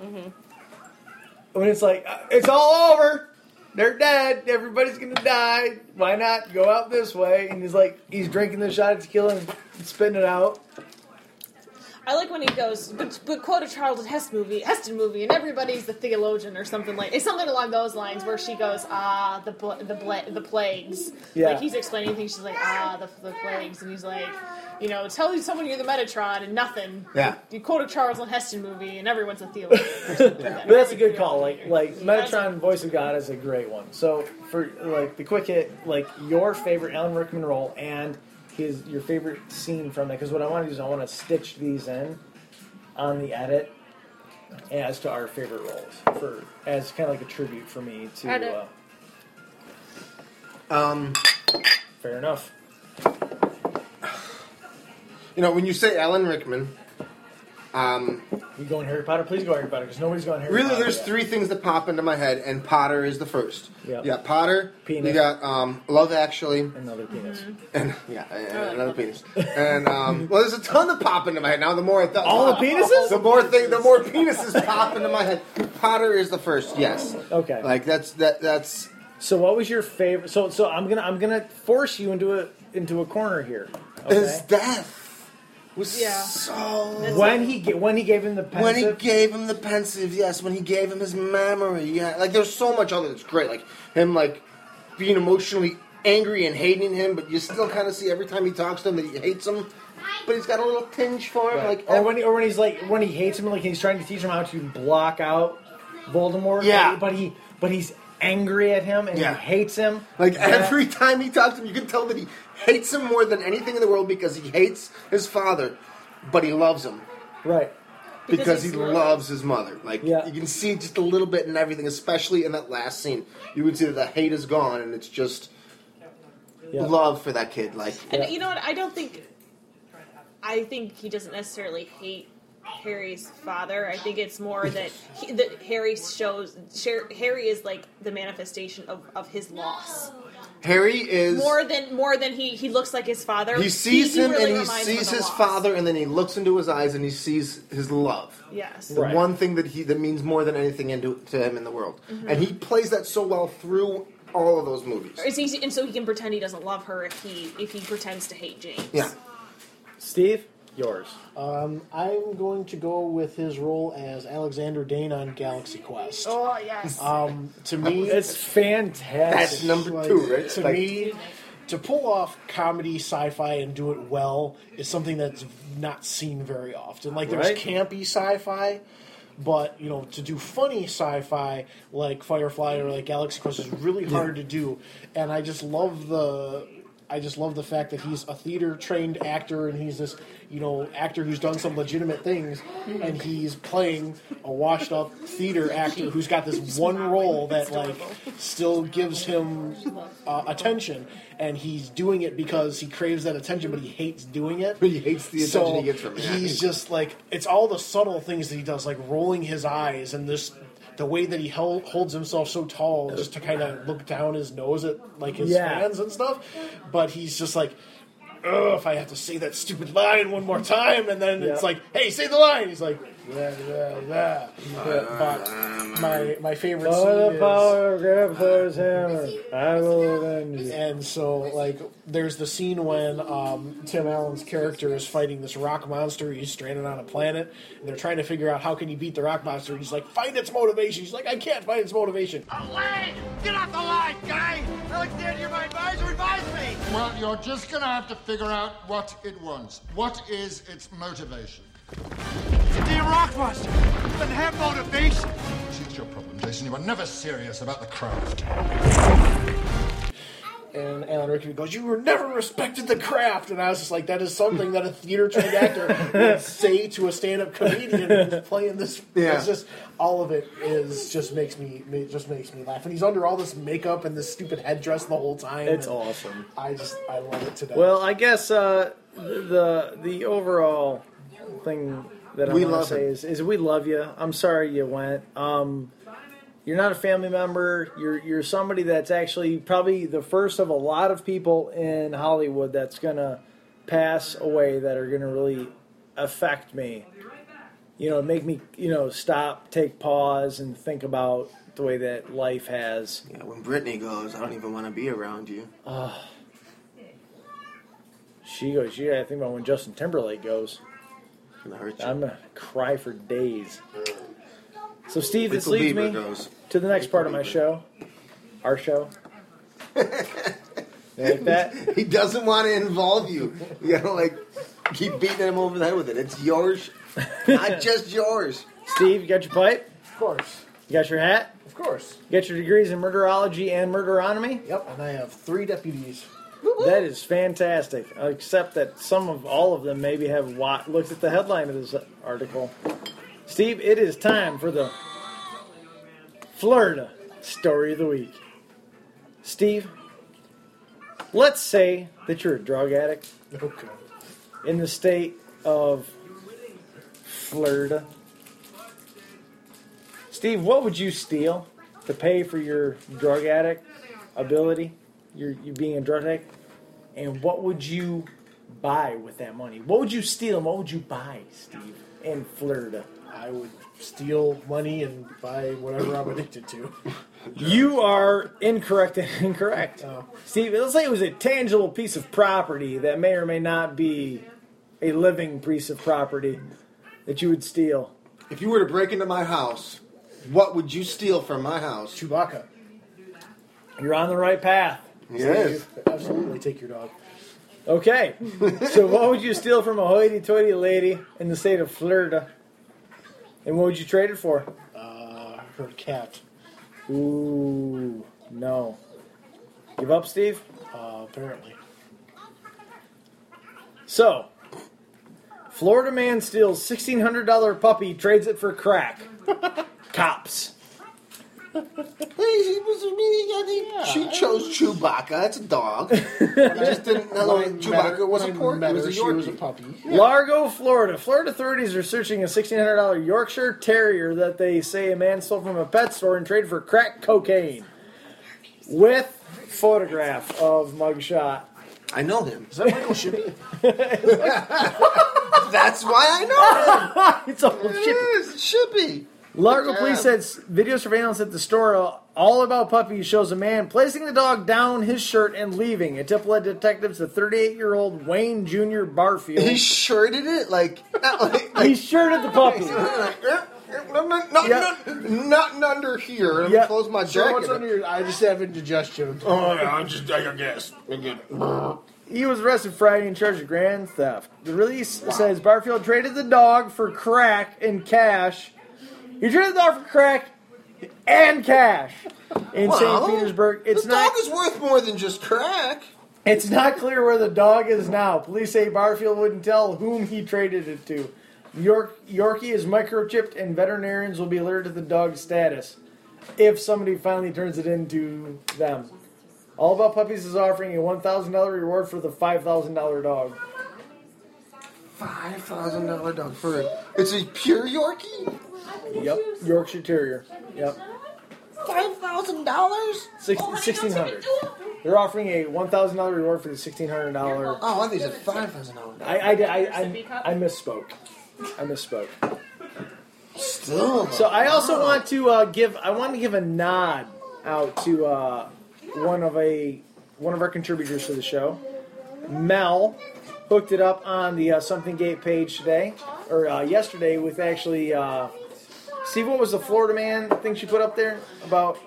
[SPEAKER 3] When it's like uh, it's all over, they're dead. Everybody's gonna die. Why not go out this way? And he's like, he's drinking the shot of tequila and spitting it out.
[SPEAKER 6] I like when he goes, good, good quote a Charlton Hest movie, Heston movie, and everybody's the theologian or something like, it's something along those lines where she goes, ah, the bl- the bl- the plagues.
[SPEAKER 3] Yeah.
[SPEAKER 6] Like he's explaining things, she's like, ah, the, the plagues, and he's like, you know, tell someone you're the Metatron and nothing.
[SPEAKER 3] Yeah.
[SPEAKER 6] You quote a Charlton Heston movie and everyone's a theologian.
[SPEAKER 3] but that's a good call. Like like Metatron Voice of God is a great one. So for like the quick hit, like your favorite Alan Rickman role and his your favorite scene from that. Because what I want to do is I want to stitch these in on the edit as to our favorite roles for as kind of like a tribute for me to.
[SPEAKER 2] Edit.
[SPEAKER 3] Uh,
[SPEAKER 2] Um,
[SPEAKER 3] fair enough.
[SPEAKER 2] You know, when you say Alan Rickman, um,
[SPEAKER 3] you go in Harry Potter. Please go Harry Potter because nobody's going Harry
[SPEAKER 2] really,
[SPEAKER 3] Potter.
[SPEAKER 2] there's
[SPEAKER 3] yet.
[SPEAKER 2] three things that pop into my head, and Potter is the first.
[SPEAKER 3] Yep.
[SPEAKER 2] You got Potter.
[SPEAKER 3] Penis.
[SPEAKER 2] You got um, Love Actually.
[SPEAKER 3] Another penis.
[SPEAKER 2] And yeah, and another penis. And um, well, there's a ton that pop into my head now. The more I thought,
[SPEAKER 3] All the penises?
[SPEAKER 2] The more thing, the more penises pop into my head. Potter is the first. Yes.
[SPEAKER 3] Okay.
[SPEAKER 2] Like that's that that's.
[SPEAKER 3] So what was your favorite? So so I'm gonna I'm gonna force you into a into a corner here.
[SPEAKER 2] His death was
[SPEAKER 6] Yeah.
[SPEAKER 2] so.
[SPEAKER 3] when he ga- when he gave him the
[SPEAKER 2] When he
[SPEAKER 3] pensive?
[SPEAKER 2] gave him the pensive, yes. When he gave him his memory, yeah. Like there's so much other that's great. Like him, like being emotionally angry and hating him, but you still kind of see every time he talks to him that he hates him. But he's got a little tinge for him, like
[SPEAKER 3] or when he, or when he's like when he hates him, like he's trying to teach him how to block out Voldemort.
[SPEAKER 2] Yeah.
[SPEAKER 3] but he but he's angry at him and
[SPEAKER 2] Yeah.
[SPEAKER 3] he hates him.
[SPEAKER 2] Like
[SPEAKER 3] Yeah.
[SPEAKER 2] every time he talks to him, you can tell that he hates him more than anything in the world because he hates his father, but he loves him
[SPEAKER 3] right
[SPEAKER 2] because,
[SPEAKER 3] Because
[SPEAKER 2] he
[SPEAKER 3] he's little.
[SPEAKER 2] loves his mother. Like you can see just a little bit in everything, especially in that last scene. You can see that the hate is gone and it's just love for that kid. Like
[SPEAKER 6] And you know what? I don't think. I think he doesn't necessarily hate Harry's father. I think it's more that he, that Harry shows Sher- Harry is like the manifestation of, of his loss.
[SPEAKER 2] Harry is
[SPEAKER 6] more than more than he he looks like his father.
[SPEAKER 2] he sees him
[SPEAKER 6] really
[SPEAKER 2] and he
[SPEAKER 6] reminds him
[SPEAKER 2] sees
[SPEAKER 6] of
[SPEAKER 2] his
[SPEAKER 6] loss.
[SPEAKER 2] father, and then he looks into his eyes and he sees his love.
[SPEAKER 6] Yes.
[SPEAKER 2] the one thing that he that means more than anything into, to him in the world,
[SPEAKER 6] Mhm.
[SPEAKER 2] and he plays that so well through all of those movies.
[SPEAKER 6] It's easy, and so he can pretend he doesn't love her if he if he pretends to hate James.
[SPEAKER 2] Yeah.
[SPEAKER 3] Steve, yours.
[SPEAKER 5] Um, I'm going to go with his role as Alexander Dane on Galaxy Quest.
[SPEAKER 6] Oh yes.
[SPEAKER 5] Um, to me,
[SPEAKER 3] it's fantastic.
[SPEAKER 2] That's number two, right?
[SPEAKER 5] To
[SPEAKER 2] Like-
[SPEAKER 5] me, to pull off comedy, sci-fi, and do it well is something that's not seen very often. Like there's
[SPEAKER 3] Right.
[SPEAKER 5] campy sci-fi, but you know, to do funny sci-fi like Firefly or like Galaxy Quest is really hard to do. And I just love the. I just love the fact that he's a theater trained actor and he's this, you know, actor who's done some legitimate things and he's playing a washed up theater actor who's got this one role that like still gives him uh, attention and he's doing it because he craves that attention but he hates doing it.
[SPEAKER 2] But he hates the
[SPEAKER 5] So
[SPEAKER 2] attention he gets from it.
[SPEAKER 5] He's just like it's all the subtle things that he does, like rolling his eyes and this the way that he held, holds himself so tall just to kind of look down his nose at like his
[SPEAKER 3] Yeah.
[SPEAKER 5] fans and stuff. But he's just like, oh, if I have to say that stupid line one more time, and then it's
[SPEAKER 3] Yeah.
[SPEAKER 5] like, hey, say the line. He's like, yeah, yeah, yeah. But my my favorite
[SPEAKER 3] Oh,
[SPEAKER 5] scene
[SPEAKER 3] the
[SPEAKER 5] is.
[SPEAKER 3] power of Grandpa's hammer. I will avenge you.
[SPEAKER 5] And so, like, there's the scene when um, Tim Allen's character is fighting this rock monster. He's stranded on a planet, and they're trying to figure out how can you beat the rock monster. And he's like, find its motivation. He's like, I can't find its motivation.
[SPEAKER 11] Away! Get off the line, guy! Alexander, you're my advisor. Advise me.
[SPEAKER 9] Well, you're just gonna have to figure out what it wants. What is its motivation?
[SPEAKER 11] The damn rock monster doesn't have motivation.
[SPEAKER 9] It's your problem, Jason. You are never serious about the craft.
[SPEAKER 5] And Alan Rickman goes, "You were never respected the craft." And I was just like, that is something that a theater trained actor would say to a stand up comedian who's playing this.
[SPEAKER 2] Yeah.
[SPEAKER 5] It's just all of it is just makes me it just makes me laugh. And he's under all this makeup and this stupid headdress the whole time.
[SPEAKER 3] It's
[SPEAKER 5] and
[SPEAKER 3] awesome.
[SPEAKER 5] I just I love it today.
[SPEAKER 3] Well, I guess uh, the the overall thing that I
[SPEAKER 2] We
[SPEAKER 3] want to
[SPEAKER 2] love
[SPEAKER 3] say
[SPEAKER 2] him.
[SPEAKER 3] is, is we love you. I'm sorry you went. Um, you're not a family member. You're you're somebody that's actually probably the first of a lot of people in Hollywood that's gonna pass away that are gonna really affect me. You know, make me you know stop, take pause, and think about the way that life has.
[SPEAKER 2] Yeah, when Brittany goes, I don't even want to be around you.
[SPEAKER 3] Uh, she goes, yeah, I think about when Justin Timberlake goes. I'm going to cry for days. So, Steve, this
[SPEAKER 2] Little
[SPEAKER 3] leads
[SPEAKER 2] Bieber
[SPEAKER 3] me
[SPEAKER 2] goes.
[SPEAKER 3] to the next part of my show, our show. like that?
[SPEAKER 2] he doesn't want to involve you. You gotta like keep beating him over the head with it. It's yours, not just yours.
[SPEAKER 3] Steve, you got your pipe?
[SPEAKER 5] Of course.
[SPEAKER 3] You got your hat?
[SPEAKER 5] Of course.
[SPEAKER 3] You got your degrees in murderology and murderonomy?
[SPEAKER 5] Yep, and I have three deputies.
[SPEAKER 3] That is fantastic. Except that some of all of them maybe have wa- looked at the headline of this article. Steve, it is time for the Florida story of the week. Steve, let's say that you're a drug addict
[SPEAKER 5] Okay.
[SPEAKER 3] in the state of Florida. Steve, what would you steal to pay for your drug addict ability? Your you being a drug addict, and what would you buy with that money? What would you steal? and What would you buy, Steve, in Florida?
[SPEAKER 5] I would steal money and buy whatever I'm addicted to.
[SPEAKER 3] You are incorrect and incorrect.
[SPEAKER 5] Oh.
[SPEAKER 3] Steve, let's say it was a tangible piece of property that may or may not be a living piece of property that you would steal.
[SPEAKER 2] If you were to break into my house, what would you steal from my house?
[SPEAKER 5] Chewbacca.
[SPEAKER 3] You're on the right path.
[SPEAKER 2] Yes.
[SPEAKER 5] Absolutely take your dog.
[SPEAKER 3] Okay. so, what would you steal from a hoity toity lady in the state of Florida? And what would you trade it for?
[SPEAKER 5] Uh, her cat.
[SPEAKER 3] Ooh, no. Give up, Steve?
[SPEAKER 5] Uh, apparently.
[SPEAKER 3] So, Florida man steals $1,600 puppy, trades it for crack. Cops.
[SPEAKER 2] She chose Chewbacca. That's a dog. you just didn't know
[SPEAKER 5] When I met her-
[SPEAKER 2] Chewbacca was a
[SPEAKER 5] when I
[SPEAKER 2] pork.
[SPEAKER 5] met
[SPEAKER 2] It was
[SPEAKER 5] her,
[SPEAKER 2] a
[SPEAKER 5] she was a
[SPEAKER 2] Yorkie.
[SPEAKER 5] puppy.
[SPEAKER 3] Largo, Florida. Florida authorities are searching a $1,600 Yorkshire Terrier that they say a man stole from a pet store and traded for crack cocaine. With photograph of mugshot.
[SPEAKER 2] I know him.
[SPEAKER 5] Is that Michael Shippey?
[SPEAKER 2] That's why I know him.
[SPEAKER 3] it's all shit.
[SPEAKER 2] It is. It should be.
[SPEAKER 3] Largo
[SPEAKER 2] Yeah.
[SPEAKER 3] police said s- video surveillance at the store uh, all about puppies shows a man placing the dog down his shirt and leaving. A tip led detectives to 38 year old Wayne Jr. Barfield.
[SPEAKER 2] He
[SPEAKER 3] He,
[SPEAKER 2] shirted it like, not like, like
[SPEAKER 3] shirted the puppy.
[SPEAKER 2] Not, not,
[SPEAKER 3] Yep.
[SPEAKER 2] not under here. Let me
[SPEAKER 3] Yep.
[SPEAKER 2] close my
[SPEAKER 5] So what's
[SPEAKER 2] jacket.
[SPEAKER 5] under your? I just have indigestion.
[SPEAKER 2] oh, yeah, I'm just taking a guess. Again.
[SPEAKER 3] He was arrested Friday and charged with grand theft. The release says Barfield traded the dog for crack and cash. He traded the dog for crack and cash in
[SPEAKER 2] Well,
[SPEAKER 3] St. Petersburg. It's
[SPEAKER 2] the
[SPEAKER 3] not
[SPEAKER 2] dog is worth more than just crack.
[SPEAKER 3] It's not clear where the dog is now. Police say Barfield wouldn't tell whom he traded it to. York Yorkie is microchipped, and veterinarians will be alerted to the dog's status if somebody finally turns it into them. All About Puppies is offering a one thousand dollar reward for the five thousand dollar dog.
[SPEAKER 2] Five thousand dollar dog for it. It's a pure Yorkie.
[SPEAKER 3] Yep, Yorkshire Terrier. Yep,
[SPEAKER 2] Five thousand dollars.
[SPEAKER 3] sixteen hundred. They're offering a one thousand dollar reward for the sixteen hundred dollar.
[SPEAKER 2] Oh, I think it's five thousand dollars.
[SPEAKER 3] I I, I, I I misspoke. I misspoke.
[SPEAKER 2] Still.
[SPEAKER 3] So I also want to uh, give I want to give a nod out to uh, one of a one of our contributors to the show, Mel, hooked it up on the uh, Something Gate page today or uh, yesterday with actually. Uh, See what was the Florida man thing she put up there about?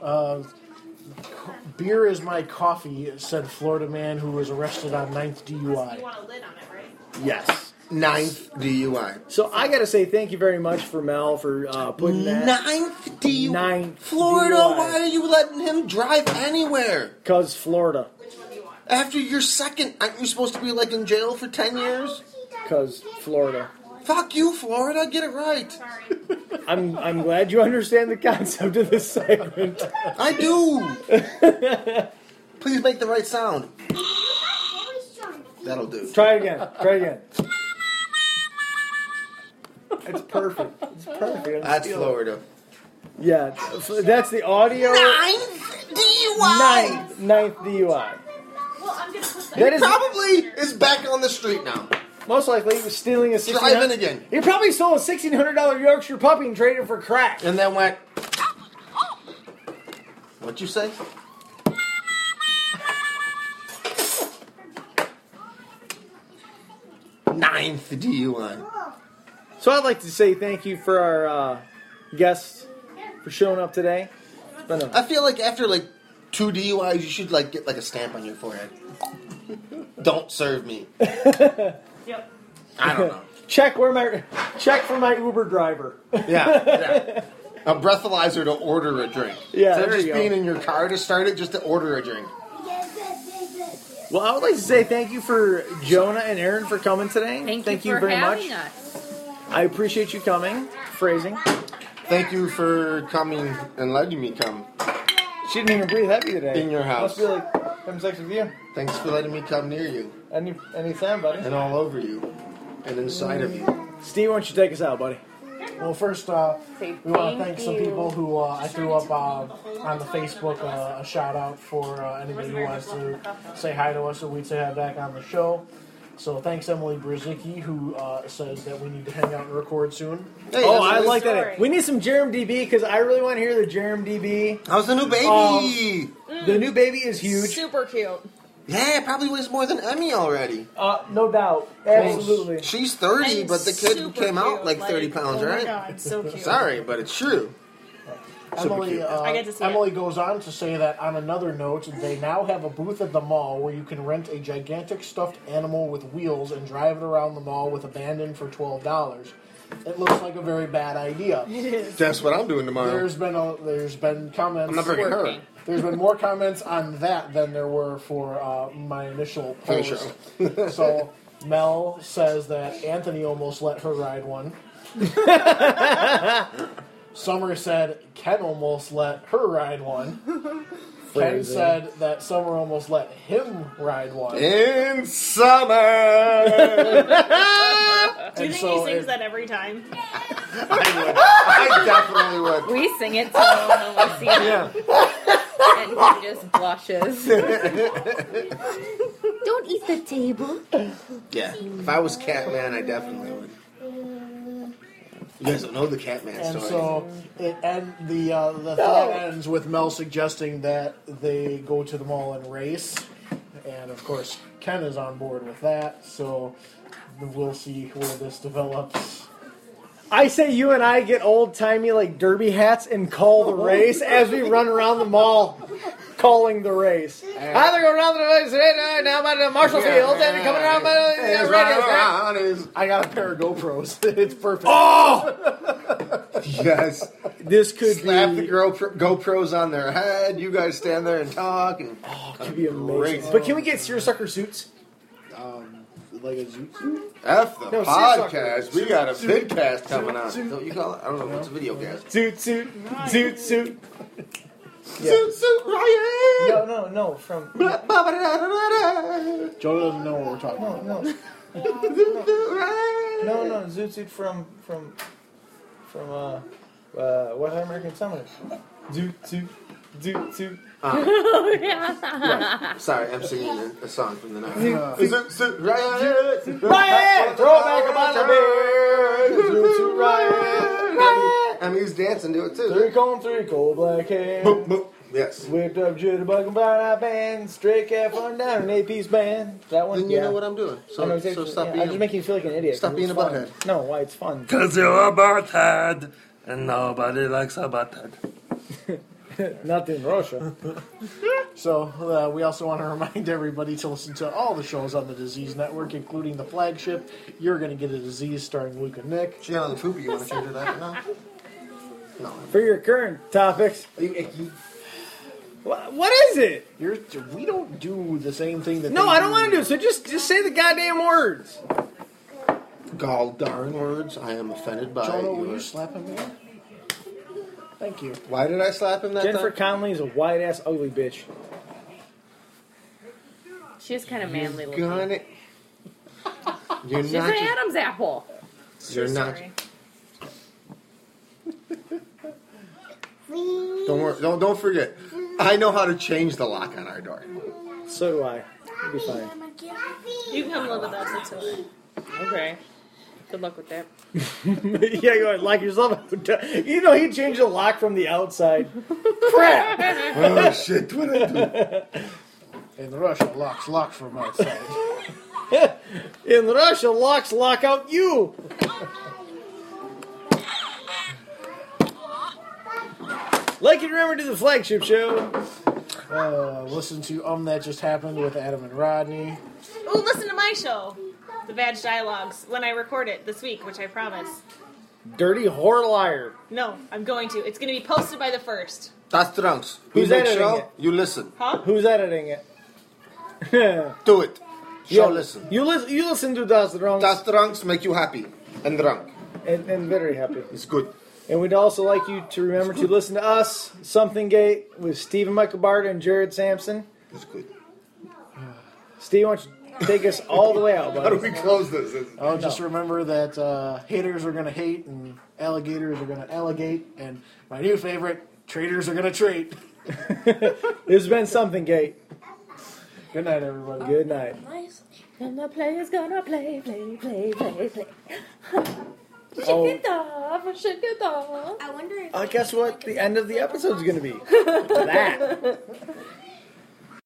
[SPEAKER 5] Beer is my coffee, said Florida man who was arrested on 9th
[SPEAKER 6] You
[SPEAKER 5] DUI.
[SPEAKER 6] want a lid on it, right?
[SPEAKER 3] yes.
[SPEAKER 2] ninth DUI.
[SPEAKER 3] So I got to say thank you very much for Mel for uh, putting that
[SPEAKER 2] Ninth DUI.
[SPEAKER 3] Ninth
[SPEAKER 2] Florida.
[SPEAKER 3] DUI.
[SPEAKER 2] Why are you letting him drive anywhere
[SPEAKER 3] because Florida
[SPEAKER 2] after your second? Aren't you supposed to be like in jail for ten years?
[SPEAKER 3] because Florida.
[SPEAKER 2] Fuck you, Florida. Get it right.
[SPEAKER 3] I'm I'm glad you understand the concept of this segment.
[SPEAKER 2] I do. Please make the right sound. That'll do.
[SPEAKER 3] Try it again. Try it again. It's perfect. It's perfect.
[SPEAKER 2] That's Florida.
[SPEAKER 3] Uh, Yeah, so that's the audio.
[SPEAKER 2] Ninth DUI.
[SPEAKER 3] Ninth, ninth DUI.
[SPEAKER 6] Well, I'm gonna put
[SPEAKER 3] That is
[SPEAKER 2] Probably is back on the street now.
[SPEAKER 3] most likely stealing a. 1600
[SPEAKER 2] Driving again.
[SPEAKER 3] He probably stole a sixteen hundred dollar Yorkshire puppy and traded it for crack.
[SPEAKER 2] And then went. What you say? Ninth DUI.
[SPEAKER 3] So I'd like to say thank you for our uh, guests for showing up today. It's been a-
[SPEAKER 2] I feel like after like two DUIs, you should like get like a stamp on your forehead. don't serve me.
[SPEAKER 6] Yep.
[SPEAKER 2] I don't know.
[SPEAKER 3] check where my check for my Uber driver.
[SPEAKER 2] Yeah. yeah. A breathalyzer to order a drink.
[SPEAKER 3] Yeah,
[SPEAKER 2] Instead of
[SPEAKER 3] there
[SPEAKER 2] just
[SPEAKER 3] you go.
[SPEAKER 2] being in your car to start it, just to order a drink.
[SPEAKER 3] Well, I would like to say thank you for Jonah and Aaron for coming today.
[SPEAKER 4] Thank, you, for
[SPEAKER 3] very much.
[SPEAKER 4] having us.
[SPEAKER 3] I appreciate you coming. Phrasing.
[SPEAKER 2] Thank you for coming and letting me come.
[SPEAKER 3] She didn't even breathe heavy today.
[SPEAKER 2] In your house.
[SPEAKER 3] Must be like having sex with you.
[SPEAKER 2] Thanks for letting me come near you
[SPEAKER 3] Any anytime, buddy.
[SPEAKER 2] and all over you and inside of you.
[SPEAKER 3] Steve, why don't you take us out, buddy?
[SPEAKER 5] Well, first, uh,
[SPEAKER 4] Say
[SPEAKER 5] we want to
[SPEAKER 4] thank
[SPEAKER 5] thank some
[SPEAKER 4] you.
[SPEAKER 5] people who uh, I threw up uh, on the Facebook uh, a shout out for uh, anybody who wants to say hi to us or we'd say hi back on the show. So thanks, Emily Brzezicki, who uh, says that we need to hang out and record soon.
[SPEAKER 2] Hey,
[SPEAKER 3] oh,
[SPEAKER 2] how's
[SPEAKER 3] I
[SPEAKER 2] the-
[SPEAKER 3] like
[SPEAKER 6] story.
[SPEAKER 3] that. We need some Jerem DB because I really want to hear the Jerem DB.
[SPEAKER 2] How's the new baby?
[SPEAKER 3] The new baby is huge.
[SPEAKER 6] Super cute.
[SPEAKER 2] yeah, it probably weighs more than Emmy already.
[SPEAKER 3] Uh, no doubt. Absolutely.
[SPEAKER 2] She's 30,
[SPEAKER 6] And
[SPEAKER 2] but the kid
[SPEAKER 6] super
[SPEAKER 2] came out
[SPEAKER 6] cute,
[SPEAKER 2] like 30 pounds,
[SPEAKER 6] oh
[SPEAKER 2] right?
[SPEAKER 6] My God, so cute.
[SPEAKER 2] Sorry, but it's true.
[SPEAKER 5] Emily, uh,
[SPEAKER 6] I get to see
[SPEAKER 5] Emily goes on to say that on another note, they now have a booth at the mall where you can rent a gigantic stuffed animal with wheels and drive it around the mall with abandon for twelve dollars. It looks like a very bad idea.
[SPEAKER 2] That's what I'm doing tomorrow.
[SPEAKER 5] There's been a, there's been comments.
[SPEAKER 2] I'm not very hurt.
[SPEAKER 4] Working.
[SPEAKER 5] There's been more comments on that than there were for uh, my initial
[SPEAKER 2] Finish
[SPEAKER 5] post. so Mel says that Anthony almost let her ride one. Summer said Ken almost let her ride one. Ken
[SPEAKER 3] Phrasing.
[SPEAKER 5] said that Summer almost let him ride one.
[SPEAKER 2] In summer,
[SPEAKER 6] Do you
[SPEAKER 5] And
[SPEAKER 6] think
[SPEAKER 5] so
[SPEAKER 6] he sings
[SPEAKER 5] it-
[SPEAKER 6] that every time?
[SPEAKER 2] I definitely would.
[SPEAKER 4] We sing it to him when we see him,
[SPEAKER 2] Yeah.
[SPEAKER 4] and he just blushes.
[SPEAKER 7] Don't eat the table.
[SPEAKER 2] Yeah. If I was Catman, I definitely would. You guys don't know the Catman
[SPEAKER 5] And
[SPEAKER 2] story.
[SPEAKER 5] so it and the uh, the thought ends with Mel suggesting that they go to the mall and race, and of course Ken is on board with that. So we'll see where this develops.
[SPEAKER 3] I say you and I get old timey like derby hats and call the race as we run around the mall, calling the race. Either go around the race today, now by the Marshall Field, and coming around by the
[SPEAKER 2] Hey, it's
[SPEAKER 3] radio.
[SPEAKER 2] right around is-
[SPEAKER 5] I got a pair of GoPros. it's perfect.
[SPEAKER 3] Oh!
[SPEAKER 2] You guys
[SPEAKER 3] This could
[SPEAKER 2] slap
[SPEAKER 3] be
[SPEAKER 2] the Go- GoPros on their head. You guys stand there and talk. And
[SPEAKER 3] could Oh, be amazing.
[SPEAKER 2] Great.
[SPEAKER 3] But can we get seersucker suits?
[SPEAKER 5] Like a zoot suit.
[SPEAKER 2] F the
[SPEAKER 3] No,
[SPEAKER 2] podcast. We got a vidcast coming out. Is that what you call it? I don't know if it's a video cast.
[SPEAKER 3] Zoot suit, zoot suit.
[SPEAKER 2] Zoot, zoot, Ryan!
[SPEAKER 3] No, no, no. From no,
[SPEAKER 2] Ba-ba-da-da-da-da.
[SPEAKER 5] Joe doesn't know what we're talking about.
[SPEAKER 3] no,
[SPEAKER 2] Zoot, zoot, Ryan!
[SPEAKER 3] no, no. Zoot suit from from from uh, uh West American Summer. Zoot suit, zoot suit.
[SPEAKER 2] Sorry, I'm singing a, a song from the night. Zoot, zoot, Ryan!
[SPEAKER 3] Ryan! Throw it back upon the bed. Zoot, zoot, Ryan! Ryan!
[SPEAKER 2] I mean, he's dancing to it
[SPEAKER 3] Three
[SPEAKER 2] too.
[SPEAKER 3] comb, three cold black hair.
[SPEAKER 2] Boop, boop. Yes.
[SPEAKER 3] Whipped up jitterbug and blind eye band. Straight cat from down an eight piece band. That one.
[SPEAKER 2] Then you
[SPEAKER 3] yeah.
[SPEAKER 2] know what I'm doing.
[SPEAKER 3] I know
[SPEAKER 2] So, so
[SPEAKER 3] exactly-
[SPEAKER 2] stop
[SPEAKER 3] yeah, I just
[SPEAKER 2] being.
[SPEAKER 3] make you feel like an idiot.
[SPEAKER 2] stop
[SPEAKER 3] 'cause
[SPEAKER 2] being
[SPEAKER 3] it's
[SPEAKER 2] a
[SPEAKER 3] fun.
[SPEAKER 2] butthead.
[SPEAKER 3] No, why it's fun.
[SPEAKER 11] Cause you're a butthead, and nobody likes a butthead.
[SPEAKER 3] Not in Russia.
[SPEAKER 5] So uh, we also want to remind everybody to listen to all the shows on the Disease Network, including the flagship "You're Gonna Get a Disease" starring Luke and Nick.
[SPEAKER 2] She got on the poopy. You want to change her diaper now? No.
[SPEAKER 3] For your current topics,
[SPEAKER 2] Are you icky?
[SPEAKER 3] what, what is it?
[SPEAKER 5] You're, we don't do the same thing that.
[SPEAKER 3] No,
[SPEAKER 5] they
[SPEAKER 3] I don't want to do it. So just just say the goddamn words.
[SPEAKER 2] Gall darn words. I am offended by
[SPEAKER 5] Jonah, will
[SPEAKER 2] your-
[SPEAKER 5] you slap him again? Thank you.
[SPEAKER 2] Why did I slap him that
[SPEAKER 3] Jennifer
[SPEAKER 2] time?
[SPEAKER 3] Connelly is a white ass ugly bitch.
[SPEAKER 4] She's kind of manly looking.
[SPEAKER 2] Gun it. You're
[SPEAKER 4] She's
[SPEAKER 2] not.
[SPEAKER 4] an Adam's apple.
[SPEAKER 2] You're not.
[SPEAKER 6] Sorry.
[SPEAKER 7] please?
[SPEAKER 2] Don't worry, don't don't forget. I know how to change the lock on our door.
[SPEAKER 3] So do I. It'll be fine.
[SPEAKER 6] You can come live with us. It's okay.
[SPEAKER 4] Okay. Good luck with that.
[SPEAKER 3] yeah, you are like yourself. You know, he changed the lock from the outside. Crap!
[SPEAKER 2] Oh shit! What did I do?
[SPEAKER 5] In Russia, locks lock from outside.
[SPEAKER 3] In Russia, locks lock out you. like and remember to the flagship show.
[SPEAKER 5] Uh, listen to Um That Just Happened with Adam and Rodney.
[SPEAKER 6] Ooh, listen to my show, The Badge Dialogues, when I record it this week, which I promise.
[SPEAKER 3] Dirty whore liar.
[SPEAKER 6] No, I'm going to. It's going to be posted by the first.
[SPEAKER 2] That's drunks.
[SPEAKER 3] Who's
[SPEAKER 2] you make
[SPEAKER 3] editing
[SPEAKER 2] show,
[SPEAKER 3] it?
[SPEAKER 2] You listen.
[SPEAKER 6] Huh?
[SPEAKER 3] Who's editing it?
[SPEAKER 2] Do it. Show listen.
[SPEAKER 3] You listen. You listen to Das Drunks
[SPEAKER 2] That's drunks make you happy and drunk.
[SPEAKER 3] and, and very happy.
[SPEAKER 2] It's good.
[SPEAKER 3] And we'd also like you to remember to listen to us, Something Gate, with Stephen Michael Barter and Jared Sampson.
[SPEAKER 2] It's good.
[SPEAKER 3] Steve, why don't you take us all the way out,
[SPEAKER 2] How do
[SPEAKER 3] buddy?
[SPEAKER 2] we close this? It's-
[SPEAKER 5] Oh, just remember that uh, haters are going to hate and alligators are going to alligate. And my new favorite, traitors are going to trait.
[SPEAKER 3] This has been Something Gate.
[SPEAKER 5] Good night, everybody.
[SPEAKER 3] Good night.
[SPEAKER 4] And the player's gonna play, play, play, play, play.
[SPEAKER 3] Oh,
[SPEAKER 7] I wonder if
[SPEAKER 3] uh, guess what? The end of the episode's going to be that.